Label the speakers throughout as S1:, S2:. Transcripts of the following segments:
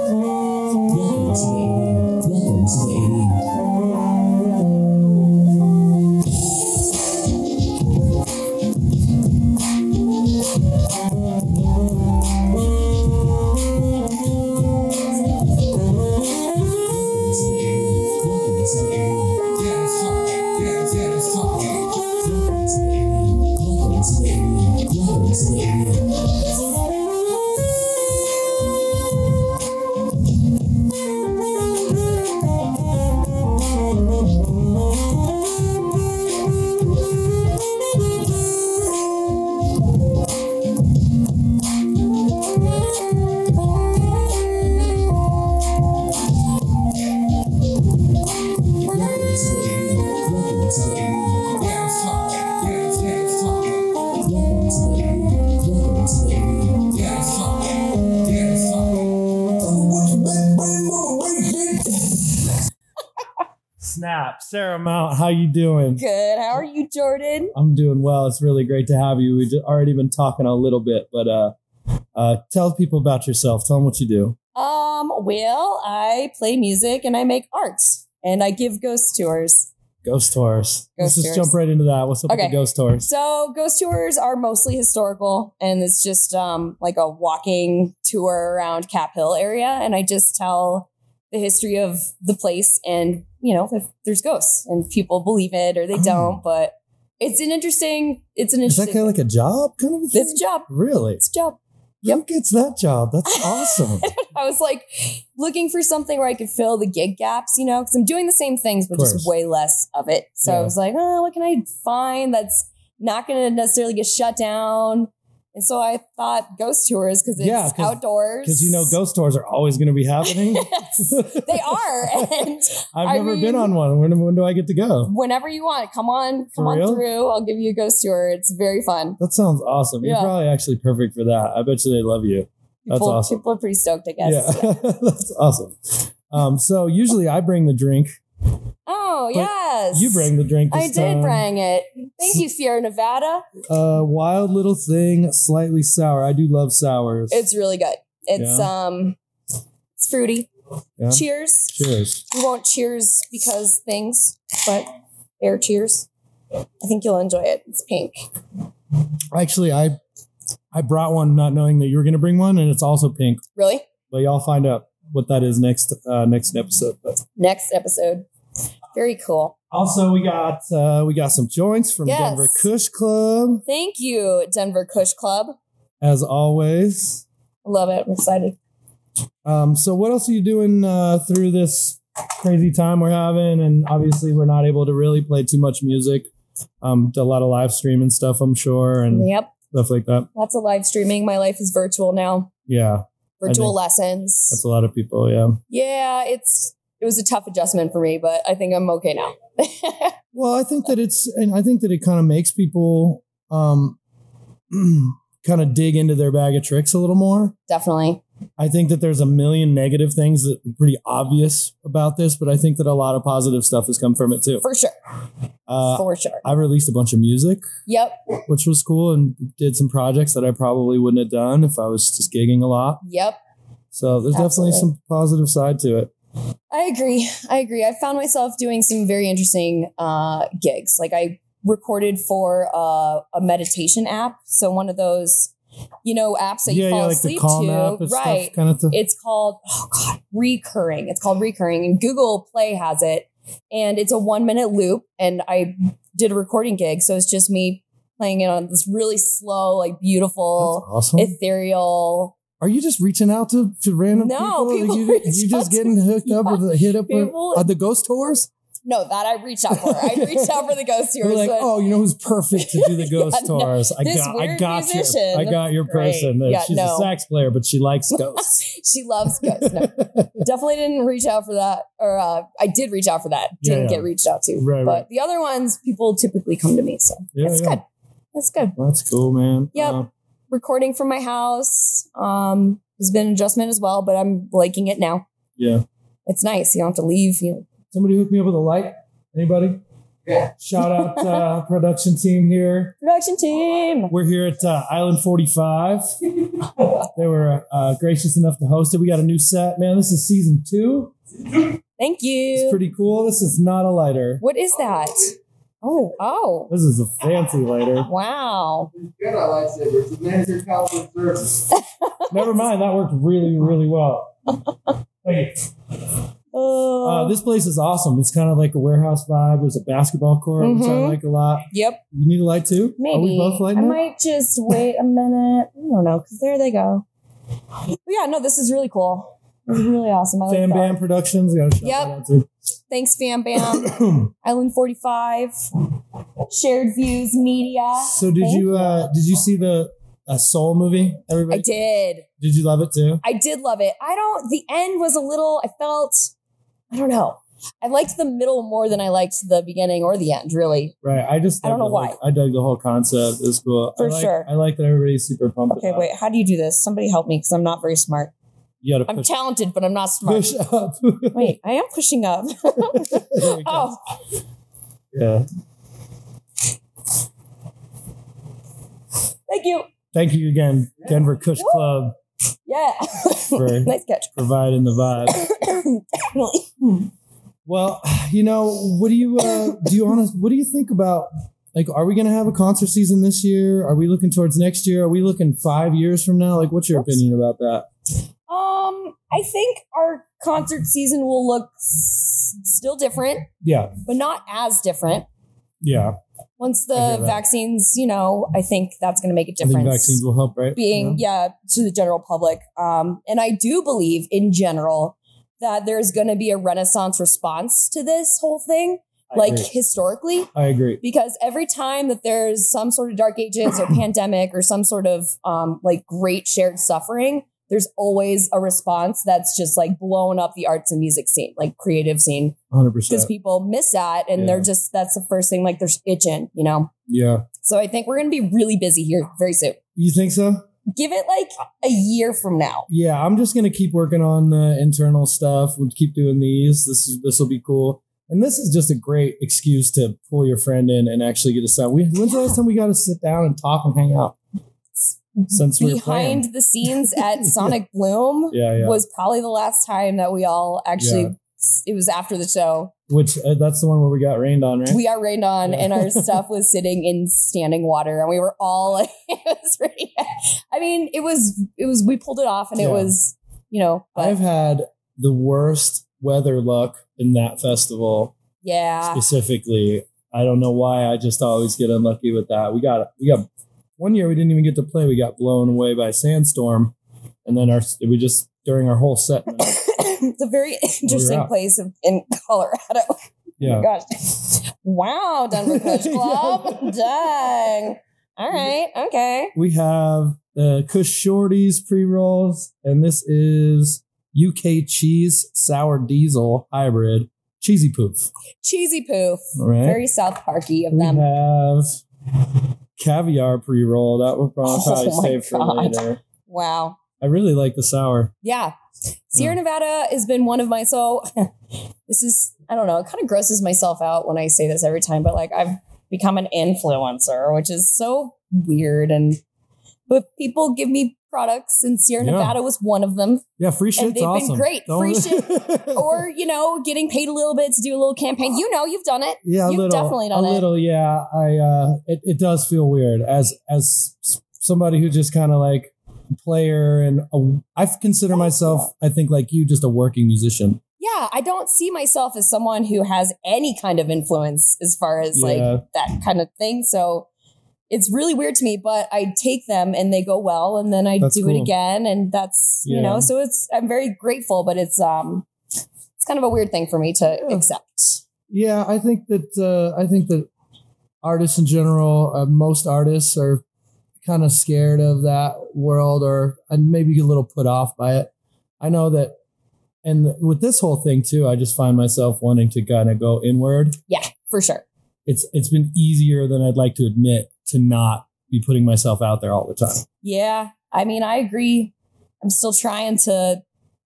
S1: Welcome to the AV. Welcome to the AV. Welcome to the AV. Welcome to the AV. Yeah, it's hot. Yeah, yeah, it's hot. Welcome to the AV. Welcome to the AV. Welcome to the AV. Welcome to the AV. Welcome to the AV. Yeah, it's hot. Yeah, yeah, it's hot. Welcome to the AV. Welcome to the AV. Yeah, it's hot. Yeah, it's hot.
S2: Snap, Sarah Mount, how you doing?
S3: Good. How are you, Jordan?
S2: I'm doing well. It's really great to have you. We've already been talking a little bit, but uh, uh, tell people about yourself. Tell them what you do.
S3: Um, well, I play music and I make arts and I give ghost tours.
S2: Ghost tours. Let's
S3: Ghost
S2: just
S3: tours.
S2: jump right into that. What's up with
S3: Okay.
S2: the ghost tours?
S3: So ghost tours are mostly historical and it's just um like a walking tour around Cap Hill area and I just tell the history of the place and you know if there's ghosts and people believe it or they
S2: Oh.
S3: don't, but it's an interesting it's an
S2: Is that
S3: interesting
S2: kind of like a job kind of a thing?
S3: this job.
S2: Really?
S3: It's a job.
S2: Who gets that job? That's awesome.
S3: I was like looking for something where I could fill the gig gaps, you know, because I'm doing the same things, but
S2: course.
S3: just way less of it. So
S2: Yeah.
S3: I was like, oh, what can I find that's not going to necessarily get shut down? And so I thought ghost tours because it's
S2: Yeah, 'cause-
S3: outdoors.
S2: Because you know, ghost tours are always going to be happening.
S3: Yes, they are. And
S2: I've
S3: I
S2: never been
S3: mean-
S2: on one. When, when do I get to go?
S3: whenever you want, come on, come
S2: For
S3: on
S2: real?
S3: through. I'll give you a ghost tour. It's very fun.
S2: That sounds awesome. You're
S3: Yeah.
S2: probably actually perfect for that. I bet you they love you. That's
S3: People,
S2: awesome.
S3: people are pretty stoked, I guess.
S2: Yeah, that's awesome. Um, so usually I bring the drink.
S3: Oh,
S2: But
S3: yes.
S2: You bring the drink.
S3: I
S2: This
S3: did
S2: time.
S3: bring it. Thank you, Sierra Nevada.
S2: Uh, wild little thing, slightly sour. I do love sours.
S3: It's really good. It's um it's fruity.
S2: Yeah.
S3: Cheers.
S2: cheers.
S3: We won't cheers because things, but air cheers. I think you'll enjoy it. It's pink.
S2: Actually, I I brought one not knowing that you were going to bring one, and it's also pink.
S3: Really?
S2: But y'all find out what that is next uh, next episode. But
S3: Next episode. Very cool.
S2: also we got uh, we got some joints from
S3: Yes.
S2: Denver Kush Club
S3: Thank you, Denver Kush Club.
S2: as always.
S3: Love it. I'm excited.
S2: Um, so what else are you doing uh, through this crazy time we're having? And obviously, we're not able to really play too much music. Um, a lot of live streaming stuff, I'm sure, and
S3: Yep.
S2: stuff like that.
S3: Lots of live streaming. My life is virtual now.
S2: Yeah,
S3: Virtual
S2: think
S3: lessons.
S2: that's a lot of people. Yeah.
S3: Yeah, it's it was a tough adjustment for me, but I think I'm okay now.
S2: Well, I think that it's, and I think that it kind of makes people um, kind of dig into their bag of tricks a little more.
S3: Definitely.
S2: I think that there's a million negative things that are pretty obvious about this, but I think that a lot of positive stuff has come from it too.
S3: For sure.
S2: Uh,
S3: for sure.
S2: I released a bunch of music
S3: Yep.
S2: which was cool and did some projects that I probably wouldn't have done if I was just gigging a lot.
S3: Yep.
S2: So there's
S3: Absolutely.
S2: definitely some positive side to it.
S3: I agree. I agree. I found myself doing some very interesting uh, gigs. Like I recorded for uh, a meditation app, so one of those, you know, apps that you fall asleep to, right?
S2: kind of thing.
S3: It's called oh god, recurring. It's called recurring, and Google Play has it, and it's a one minute loop. And I did a recording gig, so it's just me playing it on this really slow, like
S2: That's
S3: beautiful,
S2: awesome.
S3: ethereal
S2: Are you just reaching out to, to random
S3: No,
S2: people?
S3: people
S2: you,
S3: reach
S2: you
S3: out
S2: just
S3: to
S2: getting
S3: me.
S2: hooked up with hit up with
S3: People-
S2: uh, the ghost tours?
S3: No, that I reached out for. I reached out for the ghost
S2: You're
S3: tours.
S2: like,
S3: but
S2: oh, you know who's perfect to do the ghost
S3: Yeah, no.
S2: tours? I
S3: This
S2: got, I
S3: weird
S2: got
S3: musician.
S2: your, I got
S3: That's
S2: your
S3: great.
S2: person. Uh,
S3: Yeah,
S2: She's
S3: no.
S2: a sax player, but she likes ghosts.
S3: she loves ghosts. No, definitely didn't reach out for that. Or uh, I did reach out for that.
S2: Yeah,
S3: Didn't
S2: yeah.
S3: get reached out to.
S2: Right,
S3: but
S2: right.
S3: the other ones, people typically come to me. So
S2: Yeah,
S3: that's
S2: yeah.
S3: good. That's good.
S2: That's cool, man.
S3: Yep.
S2: Uh,
S3: Recording from my house um, has been an adjustment as well, but I'm liking it now.
S2: yeah.
S3: It's nice. You don't have to leave. You know.
S2: Somebody hook me up with a light. Anybody? Shout out uh, production team here.
S3: Production team.
S2: We're here at uh, Island 45. They were uh, gracious enough to host it. We got a new set, man. This is season two.
S3: Thank
S2: It's
S3: you.
S2: pretty cool. This is not a lighter.
S3: what is that? Oh, oh.
S2: This is a fancy lighter.
S3: Wow.
S4: Good, I like sabers. The manager caliber service.
S2: Never mind. That worked really, really well. Thank you.
S3: Oh.
S2: Uh, this place is awesome. It's kind of like a warehouse vibe. There's a basketball court, which I
S3: Mhm.
S2: like a lot.
S3: yep.
S2: You need a light too?
S3: Maybe.
S2: Are we both
S3: I
S2: lighting it?
S3: might just wait a minute. I don't know, because there they go. But yeah, no, this is really cool. This is really awesome. I like
S2: Fan
S3: that.
S2: Bam Productions. Gotta shout
S3: Yep.
S2: that out too.
S3: Thanks, Fam Bam. Island 45. Shared Views Media.
S2: So did
S3: Thank
S2: you uh did you see the uh, Soul movie?
S3: I
S2: Everybody
S3: did.
S2: did you love it too?
S3: I did love it. I don't, the end was a little, I felt, I don't know. I liked the middle more than I liked the beginning or the end, really.
S2: Right. I just
S3: I don't
S2: dug
S3: know
S2: the whole- I dug the whole concept. It was cool. I
S3: For
S2: like,
S3: sure.
S2: I like that everybody's super pumped.
S3: Okay,
S2: about it.
S3: wait, how do you do this? Somebody help me because I'm not very smart.
S2: You gotta
S3: I'm
S2: push,
S3: talented, but I'm not smart.
S2: push up.
S3: Wait, I am pushing up.
S2: There we go.
S3: oh,
S2: Yeah.
S3: thank you.
S2: Thank you again, Denver Cush
S3: Woo.
S2: Club,
S3: Yeah.
S2: for
S3: nice catch.
S2: providing the vibe.
S3: Definitely.
S2: Well, you know, what do you uh, do? You honest, what do you think about? Like, are we going to have a concert season this year? Are we looking towards next year? Are we looking five years from now? Like, what's your
S3: Oops.
S2: opinion about that?
S3: Um, I think our concert season will look s- still different,
S2: Yeah,
S3: but not as different.
S2: yeah.
S3: Once
S2: I hear
S3: the
S2: that.
S3: vaccines, you know, I think that's going to make a
S2: I think
S3: difference.
S2: vaccines will help, right?
S3: being yeah to the general public um and i do believe in general that there's going to be a renaissance response to this whole thing
S2: I
S3: like
S2: agree.
S3: historically
S2: I agree.
S3: because every time that there's some sort of dark ages or pandemic or some sort of um like great shared suffering there's always a response that's just like blown up the arts and music scene like creative scene
S2: Hundred
S3: because
S2: percent.
S3: people miss that and
S2: Yeah.
S3: they're just that's the first thing like they're itching you know
S2: Yeah.
S3: so i think we're going to be really busy here very soon
S2: You think so?
S3: give it like a year from now.
S2: Yeah. I'm just gonna keep working on the internal stuff. We'll keep doing these. This is this will be cool. And this is just a great excuse to pull your friend in and actually get a sound. We, when's the last time we got to sit down and talk and hang out?
S3: Mm-hmm.
S2: Since we were playing.
S3: Behind the scenes at Sonic Bloom
S2: Yeah, yeah.
S3: was probably the last time that we all actually.
S2: Yeah.
S3: It was after the show.
S2: Which uh, that's the one where we got rained on, right?
S3: We got rained on,
S2: Yeah.
S3: and our stuff was sitting in standing water, and we were all like, it was pretty. I mean, it was it was we pulled it off, and
S2: Yeah.
S3: it was you know, but
S2: I've had the worst weather luck in that festival
S3: yeah,
S2: specifically. I don't know why. I just always get unlucky with that. We got we got one year we didn't even get to play. We got blown away by a sandstorm, and then our we just during our whole set.
S3: it's a very interesting
S2: out.
S3: place of, in Colorado. Oh
S2: yeah,
S3: Gosh. Wow, Denver Coach
S2: Yeah.
S3: Club. Dang. All right. Okay.
S2: we have the Kush Shorties pre rolls, and this is UK cheese sour diesel hybrid cheesy poof.
S3: Cheesy poof.
S2: All right.
S3: Very South Parky of
S2: We
S3: them.
S2: have caviar pre roll. That will probably,
S3: Oh
S2: probably
S3: my
S2: save for
S3: God.
S2: later.
S3: Wow.
S2: I really like the sour.
S3: Yeah. Sierra Nevada has been one of my so this is I don't know, it kind of grosses myself out when I say this every time, but like I've become an influencer, which is so weird and but people give me products and Sierra
S2: Yeah.
S3: Nevada was one of them.
S2: Yeah, free shit's
S3: they've been
S2: awesome.
S3: great. Free
S2: shit.
S3: Or, you know, getting paid a little bit to do a little campaign. You know, you've done it.
S2: yeah, a
S3: you've
S2: little,
S3: definitely
S2: a
S3: done it.
S2: little. Yeah, I. Uh, it, it does feel weird as as s- somebody who just kind of like a player and a, I consider myself, I think, like you, just a working musician.
S3: yeah, I don't see myself as someone who has any kind of influence as far as
S2: Yeah.
S3: like that kind of thing. So it's really weird to me, but I take them and they go well, and then I
S2: That's
S3: do
S2: cool.
S3: it again, and that's you
S2: Yeah.
S3: know. So it's I'm very grateful, but it's um it's kind of a weird thing for me to
S2: Yeah.
S3: accept.
S2: Yeah, I think that uh, I think that artists in general, uh, most artists are kind of scared of that world, or and maybe a little put off by it. I know that, and with this whole thing too, I just find myself wanting to kind of go inward.
S3: Yeah, for sure.
S2: It's it's been easier than I'd like to admit to not be putting myself out there all the time.
S3: Yeah, I mean, I agree. I'm still trying to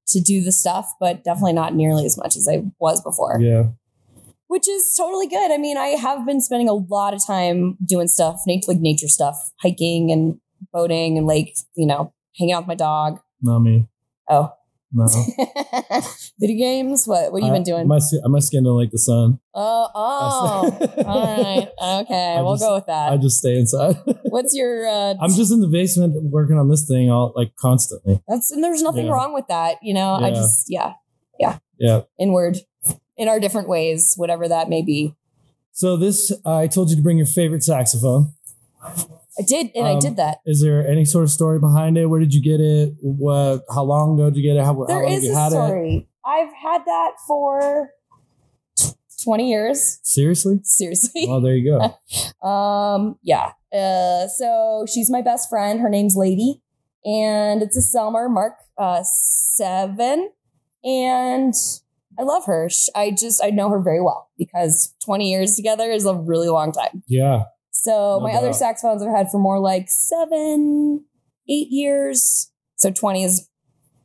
S3: to do the stuff, but definitely not nearly as much as I was before.
S2: Yeah,
S3: which is totally good. I mean, I have been spending a lot of time doing stuff, nature, like nature stuff, hiking and boating and like, you know, hanging out with my dog.
S2: Not me.
S3: Oh.
S2: No.
S3: Video games? What what you been
S2: I-
S3: doing?
S2: Uh, My, s- my skin don't like the sun.
S3: oh, oh. All right. Okay.
S2: I
S3: we'll
S2: just-
S3: go with that.
S2: I just stay inside.
S3: What's your uh
S2: I'm just in the basement working on this thing all like constantly.
S3: that's and there's nothing
S2: Yeah.
S3: wrong with that, you know. I
S2: Yeah.
S3: just yeah,
S2: Yeah.
S3: inward in our different ways, whatever that may be.
S2: So this, I told you to bring your favorite saxophone.
S3: I did and I
S2: Um,
S3: did that.
S2: Is there any sort of story behind it? Where did you get it? What? How long ago did you get it? How, how
S3: There
S2: long have
S3: is
S2: you
S3: a
S2: had it?
S3: story. I've had that for tw- 20 years.
S2: Seriously?
S3: Seriously.
S2: Well, there you go.
S3: Um, yeah. Uh, so she's my best friend. Her name's Lady, and it's a Selmer Mark uh, Seven, and I love her. Sh- I just I know her very well because twenty years together is a really long time.
S2: Yeah.
S3: So
S2: No
S3: my other
S2: doubt.
S3: saxophones I've had for more like seven, eight years. So twenty is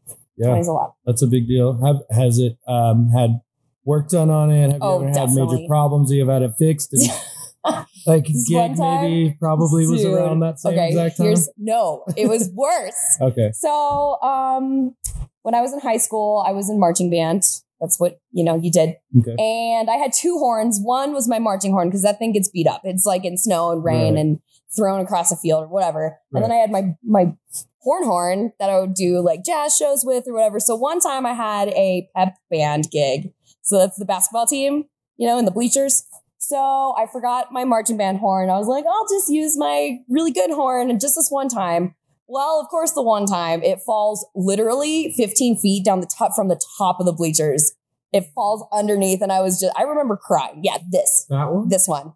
S3: twenty
S2: Yeah.
S3: is a lot.
S2: That's a big deal. Have has it um had work done on it? Have you
S3: Oh,
S2: ever had
S3: definitely.
S2: major problems? You have had it fixed? Did- like
S3: This one
S2: gig
S3: time-
S2: maybe probably was
S3: Dude.
S2: around that same
S3: Okay,
S2: exact time.
S3: here's no. It was worse.
S2: Okay.
S3: So, um, when I was in high school, I was in marching band. That's what you know you did.
S2: Okay.
S3: And I had two horns. One was my marching horn because that thing gets beat up. It's like in snow and rain
S2: Right.
S3: and thrown across a field or whatever. And then I had my my horn horn that I would do like jazz shows with or whatever. So one time I had a pep band gig. So that's the basketball team, you know, in the bleachers. So I forgot my marching band horn. I was like, I'll just use my really good horn and just this one time. Well, of course, the one time it falls literally 15 feet down the top from the top of the bleachers. It falls underneath, and I was just, I remember crying. Yeah, this,
S2: That one.
S3: this one.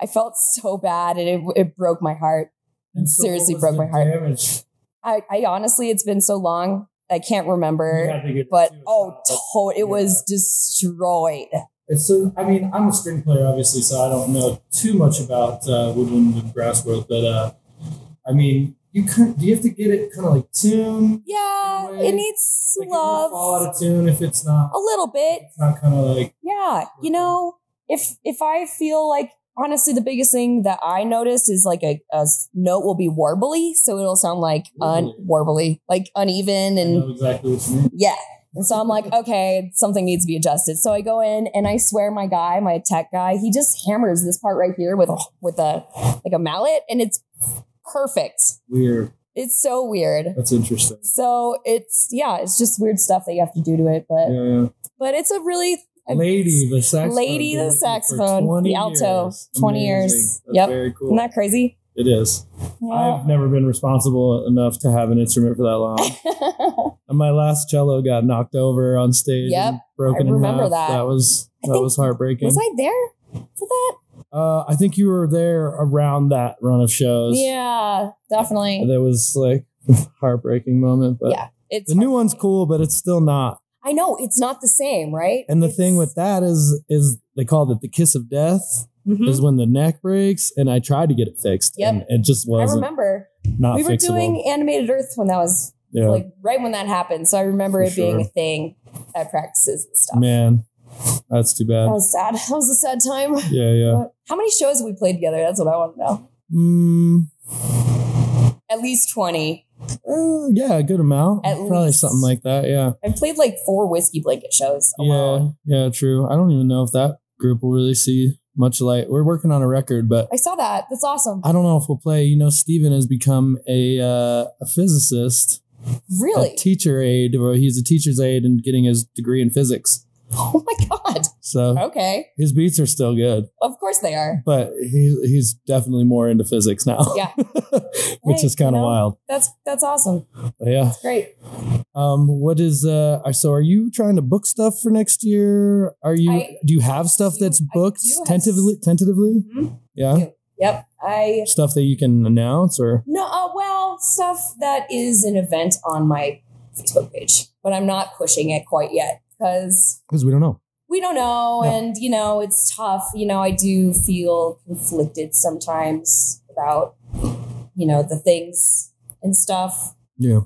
S3: I felt so bad and it, it broke my heart.
S2: And so what
S3: seriously
S2: was
S3: broke
S2: the
S3: my heart.
S2: damage?
S3: I, I honestly, it's been so long, I can't remember.
S2: You had to get
S3: But
S2: to a
S3: oh,
S2: shot.
S3: to- it was destroyed.
S2: It's so, I mean, I'm a string player, obviously, so I don't know too much about uh, woodwind and brass work, but uh, I mean, you could, do you have to get it kind of like tuned?
S3: Yeah,
S2: Anyway,
S3: it needs
S2: Like, it will fall
S3: love Oh.
S2: out of tune if it's not.
S3: a little bit.
S2: It's not kind of like
S3: Yeah, you
S2: Mm-hmm.
S3: know, if if I feel like honestly, the biggest thing that I noticed is like a, a s- note will be warbly, so it'll sound like un- warbly, like uneven
S2: Mm-hmm. I
S3: and
S2: know exactly what you mean.
S3: yeah. And so I'm like, okay, something needs to be adjusted. So I go in and I swear my guy, my tech guy, he just hammers this part right here with a with a like a mallet and it's perfect.
S2: Weird.
S3: It's so weird.
S2: That's interesting.
S3: So it's yeah, it's just weird stuff that you have to do to it, but
S2: Yeah, yeah.
S3: but it's a really
S2: Lady, the saxophone.
S3: Lady, the
S2: Been with you for
S3: saxophone,
S2: 20
S3: the alto,
S2: years.
S3: 20 years.
S2: Amazing. That's
S3: Yep.
S2: Very cool.
S3: Isn't that crazy?
S2: it is. I've never been responsible enough to have an instrument for that long. And my last cello got knocked over on stage.
S3: Yep,
S2: and broken
S3: I remember
S2: in half.
S3: that.
S2: was
S3: I
S2: that
S3: think-
S2: was heartbreaking.
S3: Was I there for that?
S2: uh, I think you were there around that run of shows.
S3: Yeah, definitely.
S2: that was like heartbreaking moment. But
S3: Yeah, It's
S2: the new one's cool, but it's still not.
S3: I know it's not the same, right?
S2: And the
S3: It's-
S2: thing with that is, is they called it the kiss of death.
S3: Mhm.
S2: Is when the neck breaks, and I tried to get it fixed,
S3: Yep.
S2: and it just
S3: I
S2: wasn't
S3: remember
S2: not
S3: we were
S2: fixable.
S3: doing animated Earth when that was
S2: yeah,
S3: like right when that happened. So I remember
S2: For
S3: it being a
S2: sure.
S3: thing at practices and stuff. Oh,
S2: man, that's too
S3: That
S2: bad.
S3: was sad. That was a sad time.
S2: Yeah, yeah.
S3: How many shows have we played together? That's what I want to know.
S2: Mm,
S3: At least 20.
S2: uh, yeah, a good amount.
S3: At
S2: Probably
S3: least.
S2: something like that. Yeah.
S3: I played like four whiskey blanket shows alone.
S2: Yeah, yeah, true. I don't even know if that group will really see much light. We're working on a record, but
S3: I saw that. That's awesome.
S2: I don't know if we'll play. You know, Steven has become a uh, a physicist,
S3: Really?
S2: a teacher aide, or he's a teacher's aide and getting his degree in physics.
S3: Oh my god.
S2: So
S3: Okay.
S2: his beats are still good,
S3: Of course they are.
S2: but he, he's definitely more into physics now.
S3: Yeah.
S2: which
S3: Hey,
S2: is kind of
S3: you know.
S2: wild.
S3: That's that's awesome.
S2: But yeah.
S3: Great.
S2: Um. What is uh? are- So are you trying to book stuff for next year? Are you?
S3: I-
S2: do you have stuff
S3: do-
S2: that's
S3: I
S2: booked
S3: do have-
S2: tentatively? Tentatively.
S3: Mhm.
S2: Yeah.
S3: Yep. I
S2: stuff that you can announce or
S3: no uh, well stuff that is an event on my Facebook page, but I'm not pushing it quite yet because
S2: because we don't know
S3: we don't know
S2: No.
S3: and you know it's tough you know i do feel conflicted sometimes about you know the things and stuff
S2: yeah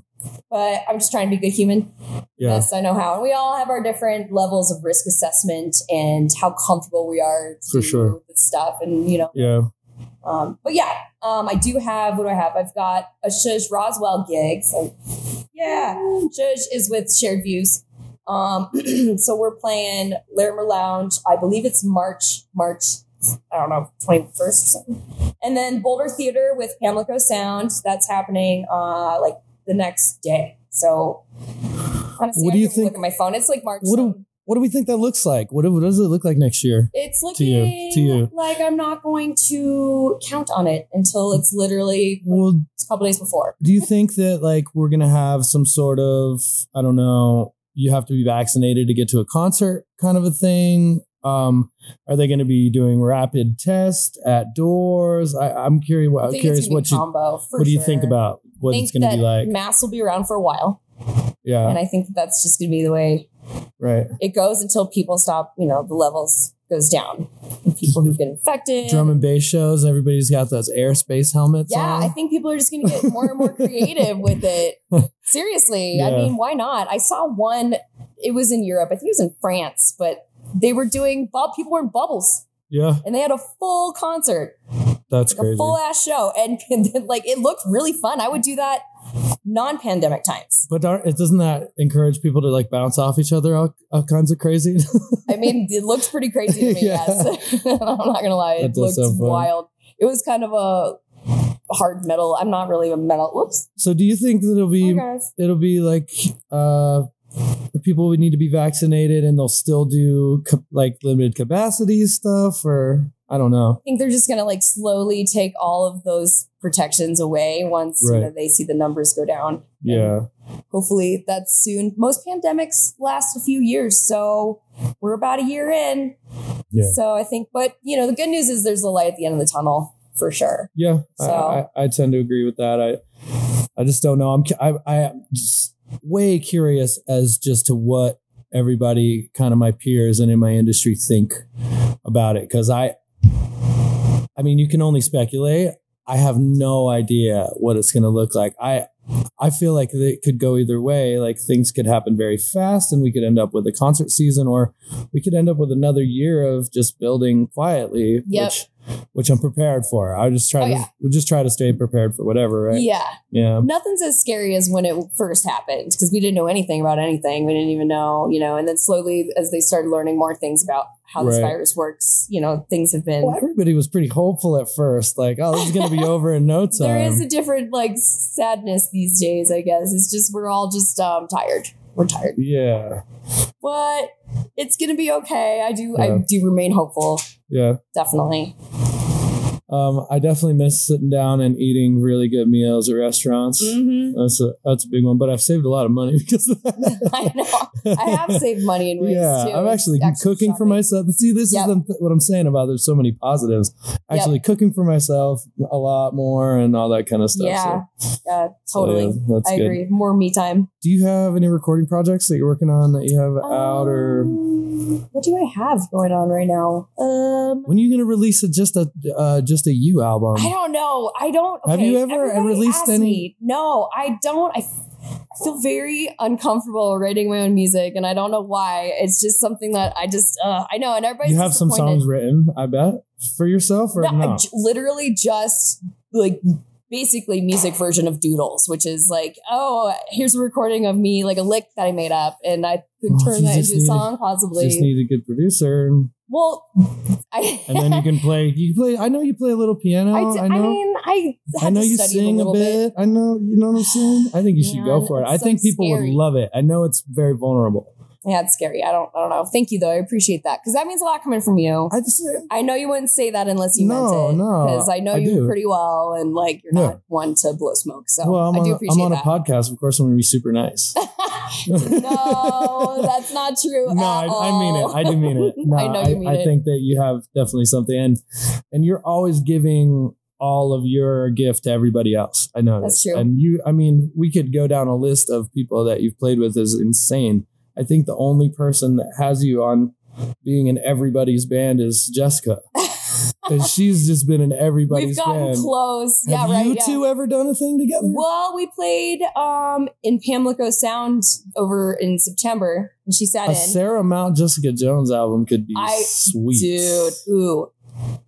S3: but I'm just trying to be a good human.
S2: Yeah.
S3: Best I know how. And we all have our different levels of risk assessment and how comfortable we are
S2: For
S3: to
S2: sure.
S3: with stuff. And, you know,
S2: Yeah.
S3: um, but yeah, um, I do have, what do I have? I've got a Shush Roswell gig. So yeah, Shush is with Shared Views. Um, so we're playing Larimer Lounge. I believe it's March, March, I don't know, 21st or something. And then Boulder Theater with Pamlico Sound. That's happening uh, like the next day. So honestly,
S2: What
S3: I
S2: do you
S3: have to
S2: think-
S3: look at my phone. It's like March.
S2: What do-
S3: something.
S2: What do we think that looks like? What, what does it look like next year?
S3: It's looking
S2: To you, to you.
S3: like I'm not going to count on it until it's literally like,
S2: Well,
S3: a couple days before.
S2: do you think that like we're gonna have some sort of i don't know you have to be vaccinated to get to a concert kind of a thing um are they gonna be doing rapid test at doors I, i'm curious
S3: I
S2: i'm
S3: think
S2: curious
S3: it's gonna be
S2: what you
S3: combo. for
S2: what do you think
S3: sure.
S2: about what
S3: think
S2: it's gonna
S3: that
S2: be like
S3: Mass will be around for a while,
S2: yeah
S3: and I think that's just gonna be the way
S2: right
S3: it goes until people stop. You know, the levels goes down. And people who get infected.
S2: drum and bass shows everybody's got those airspace helmets
S3: yeah,
S2: on.
S3: I think people are just gonna get more and more creative with it. Seriously, I
S2: Yeah.
S3: mean, why not? I saw one. It was in Europe. I think it was in France, but they were doing. bu- People were in bubbles.
S2: yeah
S3: and they had a full concert,
S2: that's
S3: like a
S2: crazy
S3: full ass show, and, then, like it looked really fun. I would do that non-pandemic times.
S2: but aren't- it doesn't that encourage people to like bounce off each other all, all kinds of crazy
S3: I mean, it looked pretty crazy to me.
S2: Yeah.
S3: Yes, I'm not gonna lie,
S2: That
S3: it
S2: does
S3: looked
S2: sound fun.
S3: wild. It was kind of a hard metal. I'm not really a metal. Whoops,
S2: so do you think that it'll
S3: Hi,
S2: be
S3: guys.
S2: it'll be like uh the people would need to be vaccinated and they'll still do ca- like limited capacity stuff or i don't know
S3: I think they're just gonna like slowly take all of those protections away once you
S2: Right.
S3: know, they see the numbers go down.
S2: yeah
S3: hopefully that's soon. Most pandemics last a few years, so we're about a year in.
S2: Yeah.
S3: So I think, but you know, the good news is there's a light at the end of the tunnel for sure.
S2: yeah
S3: So-
S2: I, I i tend to agree with that i i just don't know i'm cu- i i'm just way curious as just to what everybody kind of my peers and in my industry think about it because i i mean you can only speculate i have no idea what it's going to look like i i feel like it could go either way like things could happen very fast and we could end up with a concert season or we could end up with another year of just building quietly
S3: Yep.
S2: which which i'm prepared for i just try
S3: Oh,
S2: to
S3: yeah.
S2: we'll just try to stay prepared for whatever right
S3: Yeah.
S2: yeah
S3: Nothing's as scary as when it first happened because we didn't know anything about anything. We didn't even know, you know, and then slowly as they started learning more things about how this
S2: Right.
S3: virus works, you know, things have been.
S2: well, everybody was pretty hopeful at first like oh this is going to be over in no time
S3: There is a different like sadness these days, I guess. It's just we're all just um, tired. We're tired.
S2: yeah
S3: but it's gonna be okay. I do
S2: Yeah.
S3: I do remain hopeful,
S2: yeah
S3: definitely.
S2: Um, I definitely miss sitting down and eating really good meals at restaurants.
S3: Mm-hmm.
S2: That's a that's a big one, but I've saved a lot of money because of that.
S3: I know. I have saved money in ways
S2: yeah,
S3: too.
S2: I'm
S3: It's
S2: actually, cooking for
S3: shocking.
S2: myself. See, this
S3: Yep.
S2: is the, what I'm saying about there's so many positives. Actually, cooking for myself a lot more and all that kind of stuff.
S3: Yeah,
S2: so-
S3: yeah,
S2: so, yeah,
S3: totally.
S2: that's
S3: I
S2: good.
S3: agree. More me time.
S2: Do you have any recording projects that you're working on that you have out or
S3: Um, what do I have going on right now? Um,
S2: when are you going to release a, just a uh, just a you album?
S3: I don't know. I don't.
S2: Have
S3: okay,
S2: you ever
S3: everybody
S2: released
S3: asks
S2: any-
S3: me. No, I don't. I, f- I feel very uncomfortable writing my own music, and I don't know why. It's just something that I just. Uh, I know, and everybody's
S2: you have some
S3: disappointed.
S2: songs written, I bet, for yourself or
S3: no,
S2: no?
S3: I j- literally just like basically music version of doodles which is like oh here's a recording of me like a lick that i made up and i could
S2: Oh,
S3: turn
S2: you
S3: that
S2: just
S3: into a
S2: need a-
S3: song
S2: Just
S3: possibly
S2: need a good producer and
S3: well i
S2: and then you can play. You play. I know you play a little piano.
S3: I,
S2: I,
S3: d- I
S2: know. I,
S3: mean i had
S2: know
S3: to
S2: you
S3: study it
S2: sing
S3: a
S2: a
S3: little
S2: bit.
S3: bit,
S2: I know. You know what I'm saying. I think you should go
S3: Man,
S2: for it.
S3: it's
S2: I
S3: so
S2: think people
S3: scary.
S2: would love it. I know it's very vulnerable.
S3: yeah it's scary i don't i don't know thank you though i appreciate that because that means a lot coming from you
S2: I just
S3: I know you wouldn't say that unless you
S2: No,
S3: meant it,
S2: no,
S3: because I know
S2: I
S3: you
S2: do.
S3: pretty well, and like you're
S2: No.
S3: not one to blow smoke. So
S2: well, I'm
S3: I
S2: on,
S3: do
S2: a, I'm
S3: appreciate
S2: on a
S3: that.
S2: podcast. Of course, I'm gonna be super nice.
S3: no, that's not true.
S2: no,
S3: at
S2: I, I
S3: all.
S2: mean it. I do mean it. No,
S3: I
S2: I,
S3: know you mean
S2: I
S3: it.
S2: think that you have definitely something, and and you're always giving all of your gift to everybody else. I know
S3: That's true.
S2: And you, I mean, we could go down a list of people that you've played with is insane. I think the only person that has you on being in everybody's band is Jessica. because she's just been in
S3: We've
S2: everybody's
S3: gotten
S2: band.
S3: close.
S2: Have
S3: yeah, right.
S2: you
S3: yeah.
S2: two ever done a thing together?
S3: Well, we played um in Pamlico Sound over in September, and she sat
S2: A
S3: in.
S2: Sarah Mount Jessica Jones album could be
S3: I-
S2: sweet,
S3: Dude, ooh.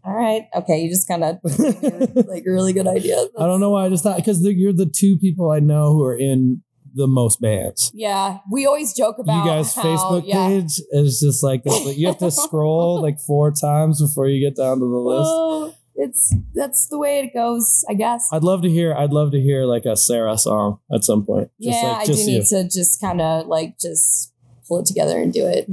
S3: All right. Okay, you just kind of like a really good idea.
S2: I don't know why. I just thought because you're the two people I know who are in the most bands.
S3: Yeah, we always joke about
S2: you guys'
S3: how,
S2: Facebook
S3: yeah.
S2: page is just like this. Like, you have to scroll like four times before you get down to the list.
S3: Oh, it's that's the way it goes, I guess.
S2: I'd love to hear. I'd love to hear like a Sarah song at some point. Just
S3: yeah,
S2: like just
S3: I do
S2: you.
S3: need to just kind of like just pull it together and do it.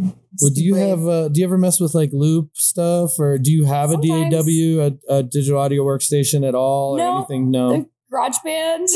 S2: Well, do
S3: Just
S2: you
S3: wait.
S2: have? Uh, do you ever mess with like loop stuff, or do you have a
S3: Sometimes.
S2: DAW, a, a digital audio workstation at all,
S3: No.
S2: or anything? No.
S3: garage band?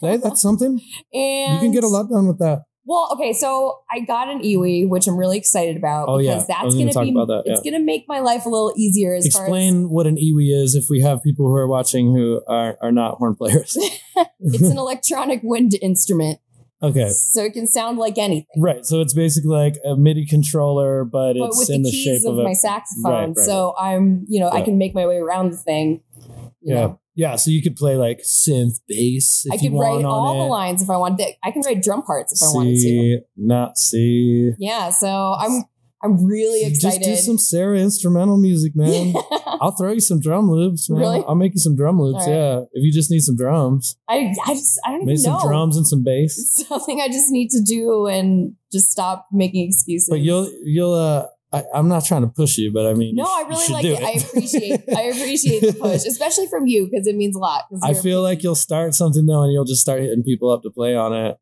S2: Hey, that's something.
S3: and
S2: you can get a lot done with that.
S3: Well, okay, so I got an Iwi, which I'm really excited about
S2: Oh, yeah.
S3: because
S2: I
S3: that's
S2: was
S3: going
S2: gonna
S3: to
S2: talk
S3: be
S2: about that,
S3: it's going to make my life a little easier as far as
S2: Explain what an iwi is if we have people who are watching who are, are not horn players.
S3: it's an electronic wind instrument.
S2: okay.
S3: So it can sound like anything.
S2: Right. So it's basically like a MIDI controller, but,
S3: But
S2: it's
S3: with
S2: in
S3: the
S2: the,
S3: keys
S2: shape
S3: of,
S2: of, a
S3: my saxophone.
S2: Right, right,
S3: so I'm, you know, I
S2: Yeah.
S3: can make my way around the thing. You
S2: yeah.
S3: know,
S2: Yeah. So you could play like synth bass if
S3: I
S2: you
S3: could
S2: want on
S3: write all
S2: it.
S3: the lines if I wanted. to. I can write drum parts if I wanted to.
S2: see, not see.
S3: Yeah, so I'm I'm really
S2: Just
S3: excited.
S2: do some Sarah instrumental music, man.
S3: Yeah.
S2: I'll throw you some drum loops, man.
S3: Really?
S2: I'll make you some drum loops.
S3: All right.
S2: Yeah. If you just need some drums,
S3: I I just I don't
S2: make
S3: even
S2: some
S3: know.
S2: drums and some bass.
S3: It's something I just need to do and just stop making excuses.
S2: But you'll you'll uh I, I'm not trying to push you, but I mean
S3: no,
S2: you sh-
S3: I
S2: you
S3: really
S2: should
S3: like
S2: do
S3: it. I appreciate I appreciate the push, especially from you because it means a lot. 'cause
S2: I
S3: you're-
S2: feel like you'll start something though, and you'll just start hitting people up to play on it.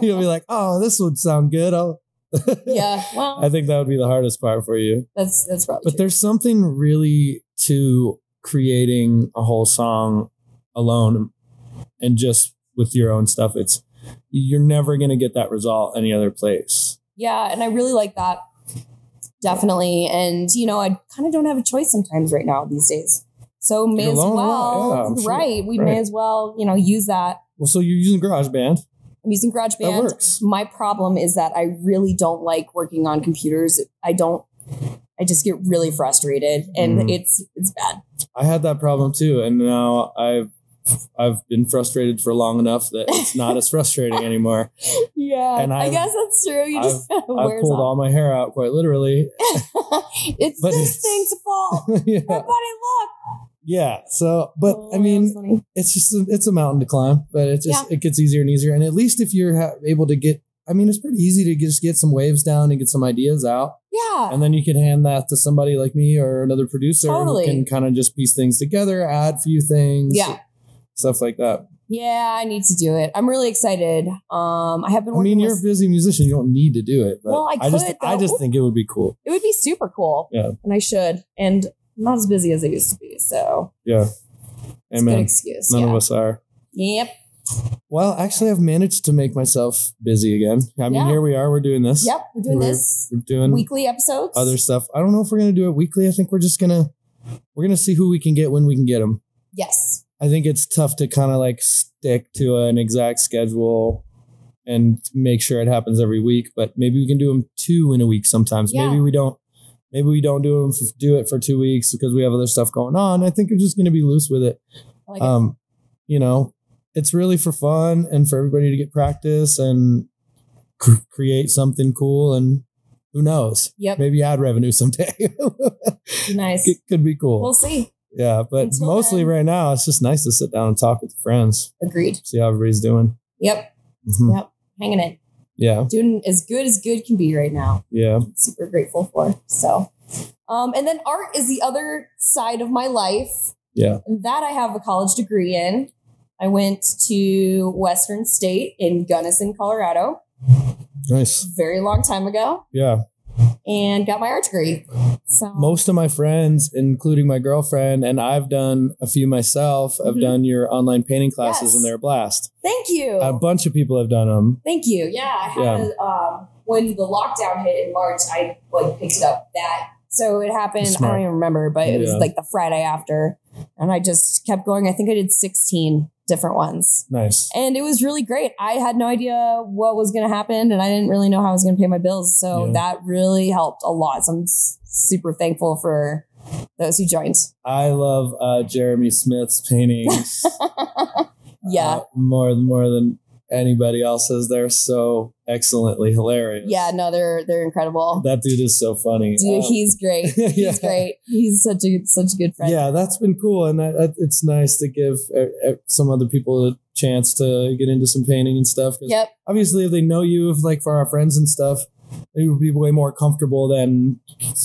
S2: you'll be like, "Oh, this would sound good." I'll
S3: yeah. Well,
S2: I think that would be the hardest part for you.
S3: that's that's probably
S2: But
S3: true.
S2: there's something really to creating a whole song alone, and just with your own stuff. It's you're never gonna get that result any other place.
S3: Yeah, and I really like that. Definitely. And you know, I kind of don't have a choice sometimes right now these days. So may
S2: You're
S3: as
S2: alone a lot, yeah,
S3: well
S2: I'm sure.
S3: right. We
S2: Right.
S3: may as well, you know, use that.
S2: Well, so you're using GarageBand.
S3: I'm using GarageBand.
S2: That works.
S3: My problem is that I really don't like working on computers. I don't I just get really frustrated and
S2: Mm.
S3: it's it's bad.
S2: I had that problem too, and now I've I've been frustrated for long enough that it's not as frustrating anymore.
S3: Yeah.
S2: And
S3: I
S2: I've-
S3: guess that's true. You just it
S2: I
S3: wears
S2: pulled
S3: off.
S2: all my hair out quite literally.
S3: it's
S2: but
S3: this
S2: it's-
S3: thing's fault.
S2: yeah.
S3: Everybody look.
S2: yeah. So, but
S3: Oh,
S2: I
S3: that's
S2: mean,
S3: funny.
S2: it's just a, it's a mountain to climb, but it just it gets easier and easier. And at least if you're ha- able to get, I mean, it's pretty easy to just get some waves down and get some ideas out,
S3: yeah.
S2: and then you can hand that to somebody like me or another producer
S3: Totally.
S2: who can kind of just piece things together, add few things,
S3: Yeah.
S2: stuff like that.
S3: Yeah, I need to do it. I'm really excited. Um, I have been
S2: I
S3: working.
S2: mean, you're a
S3: with-
S2: busy musician; you don't need to do it. But
S3: Well, I
S2: just
S3: could, oh.
S2: I
S3: though.
S2: just think it would be cool.
S3: it would be super cool.
S2: Yeah.
S3: and I should. And I'm not as busy as I used to be, so
S2: Yeah,
S3: it's a good
S2: amen.
S3: excuse.
S2: None
S3: yeah.
S2: of us are.
S3: Yep.
S2: Well, actually, I've managed to make myself busy again. I mean,
S3: Yeah.
S2: here we are. We're doing this.
S3: Yep. We're doing
S2: We're
S3: this
S2: We're doing
S3: weekly episodes.
S2: other stuff. I don't know if we're gonna do it weekly. I think we're just gonna we're gonna see who we can get when we can get them.
S3: Yes.
S2: I think it's tough to kind of like stick to an exact schedule and make sure it happens every week. But maybe we can do them two in a week sometimes.
S3: Yeah.
S2: Maybe we don't. Maybe we don't do them f- do it for two weeks because we have other stuff going on. I think we're just gonna be loose with it.
S3: I like it.
S2: Um, you know, it's really for fun and for everybody to get practice and cr- create something cool and. Who knows?
S3: Yep.
S2: maybe ad revenue someday.
S3: Nice.
S2: it could be cool.
S3: We'll see.
S2: yeah, but
S3: Until
S2: mostly
S3: then.
S2: right now, it's just nice to sit down and talk with friends,
S3: Agreed.
S2: see how everybody's doing.
S3: Yep.
S2: Mhm.
S3: Yep. Hanging in.
S2: Yeah,
S3: Doing as good as good can be right now.
S2: yeah.
S3: Super grateful for. So, um, and then art is the other side of my life.
S2: Yeah.
S3: And that I have a college degree in. I went to Western State in Gunnison, Colorado,
S2: Nice.
S3: very long time ago,
S2: Yeah.
S3: and got my art degree. So
S2: Most of my friends, including my girlfriend, and I've done a few myself, have
S3: Mhm.
S2: done your online painting classes
S3: Yes.
S2: and they're a blast.
S3: thank you,
S2: A bunch of people have done them.
S3: thank you. Yeah, I had a, um, when the lockdown hit in March, I like picked it up that. So it happened. I
S2: Smart.
S3: don't even remember, but it was
S2: Yeah.
S3: like the Friday after, and I just kept going. I think I did sixteen different ones.
S2: Nice.
S3: and it was really great. I had no idea what was going to happen, and I didn't really know how I was going to pay my bills. So
S2: Yeah.
S3: that really helped a lot. So I'm s- super thankful for those who joined.
S2: I love uh, Jeremy Smith's paintings.
S3: Yeah.
S2: uh, more more than anybody else's. They're so excellently hilarious.
S3: yeah, no, they're they're incredible.
S2: that dude is so funny.
S3: Dude,
S2: Um,
S3: he's great. He's
S2: yeah.
S3: great. He's such a such a good friend.
S2: Yeah, that's been cool, and I, I, it's nice to give uh, uh, some other people a chance to get into some painting and stuff. 'cause
S3: Yep.
S2: Obviously, if they know you, if like for our friends and stuff, they would be way more comfortable than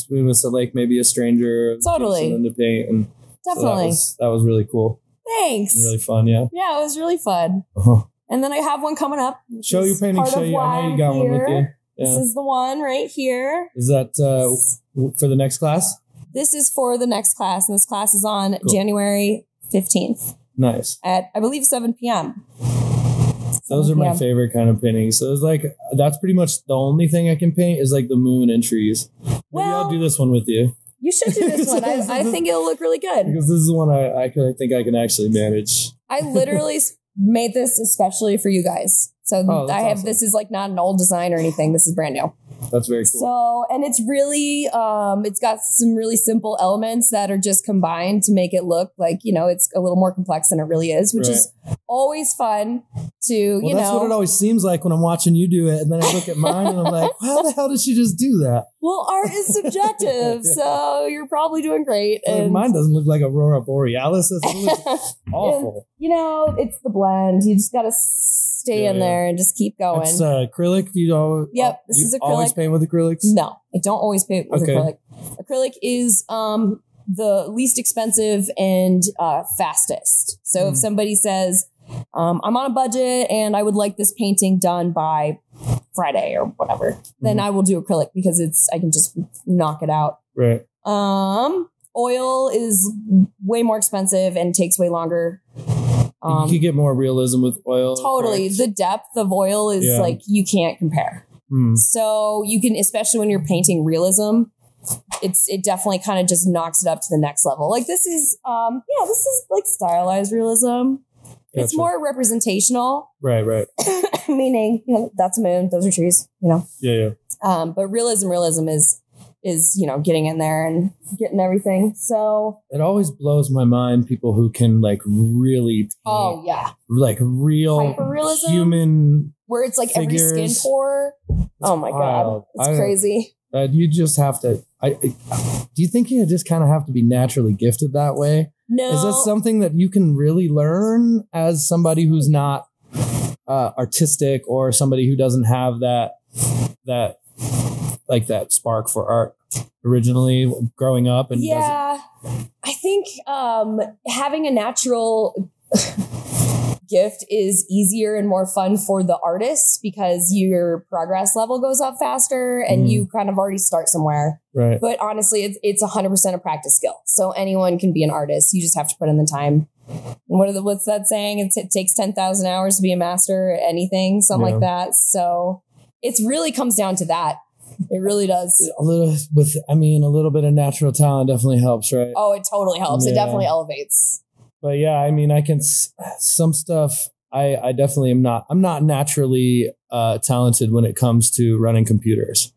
S2: we must have, like maybe a stranger. gives
S3: Totally.
S2: someone to paint, and so that
S3: Definitely.
S2: was- that was really cool,
S3: Thanks.
S2: and really fun. Yeah.
S3: yeah, it was really fun.
S2: Uh-huh.
S3: And then I have one coming up. which
S2: Show
S3: is
S2: your painting.
S3: part
S2: Show
S3: of
S2: you.
S3: why
S2: I know you
S3: I'm
S2: got one with you.
S3: here. This
S2: Yeah.
S3: is the one right here.
S2: Is that uh, w- for the next class?
S3: This is for the next class, and this class is on
S2: Cool.
S3: January 15th
S2: Nice.
S3: at, I believe, 7 p.m.
S2: Those are my
S3: Yeah.
S2: favorite kind of paintings. So it's like that's pretty much the only thing I can paint is like the moon and trees. Maybe I'll
S3: Well-
S2: do this one with you
S3: You should do this one. I, I think it'll look really good.
S2: because this is the one I, I, can, I think I can actually manage.
S3: I literally s- made this especially for you guys. So
S2: Oh, that's
S3: I have
S2: awesome.
S3: this is like not an old design or anything. This is brand new.
S2: That's very cool.
S3: So, and it's really, um, it's got some really simple elements that are just combined to make it look like, you know, it's a little more complex than it really is, which is always fun to,
S2: well,
S3: you
S2: that's
S3: know.
S2: what it always seems like when I'm watching you do it, and then I look at mine and I'm like, how the hell did she just do that?
S3: well, art is subjective. so you're probably doing great.
S2: Like,
S3: And,
S2: mine doesn't look like Aurora Borealis. It looks awful.
S3: you know, it's the blend. You just got to stay
S2: Yeah,
S3: in
S2: yeah.
S3: there and just keep going.
S2: It's uh, acrylic. Do you always,
S3: Yep, this
S2: you
S3: is
S2: always
S3: acrylic.
S2: paint with acrylics?
S3: No, I don't always paint with
S2: Okay.
S3: acrylic. Acrylic is um, the least expensive and uh, fastest. So
S2: Mm.
S3: if somebody says, um, I'm on a budget and I would like this painting done by Friday or whatever, then
S2: Mhm.
S3: I will do acrylic because it's I can just knock it out.
S2: Right.
S3: Um, oil is way more expensive and takes way longer. Um,
S2: you could get more realism with oil.
S3: Totally,
S2: correct?
S3: the depth of oil is
S2: Yeah.
S3: like you can't compare.
S2: Hmm.
S3: So you can, especially when you're painting realism, it's it definitely kind of just knocks it up to the next level. Like this is, um, yeah, this is like stylized realism. It's
S2: Gotcha.
S3: more representational,
S2: Right, right.
S3: meaning you know that's a moon, those are trees, you know.
S2: Yeah, yeah.
S3: Um, but realism, realism is is you know getting in there and getting everything. So
S2: it always blows my mind people who can like really paint,
S3: oh yeah,
S2: like real
S3: Hyperrealism?
S2: human
S3: where it's like every skin
S2: Figures.
S3: pore. Oh my
S2: wild.
S3: god, it's
S2: I-
S3: crazy.
S2: uh, you just have to I, I- do you think you just kind of have to be naturally gifted that way
S3: No,
S2: is this something that you can really learn as somebody who's not uh, artistic or somebody who doesn't have that that like that spark for art originally growing up and doesn't-
S3: yeah i think um having a natural gift is easier and more fun for the artist because your progress level goes up faster and
S2: Mhm.
S3: you kind of already start somewhere
S2: right
S3: but honestly it's, it's 100% a practice skill so anyone can be an artist you just have to put in the time and what are the, what's that saying it, it takes 10,000 hours to be a master at anything something like that so it's really comes down to that it really does
S2: a little with i mean a little bit of natural talent definitely helps right
S3: oh it totally helps it
S2: Yeah.
S3: definitely elevates
S2: but yeah i mean i can s- some stuff i i definitely am not i'm not naturally uh talented when it comes to running computers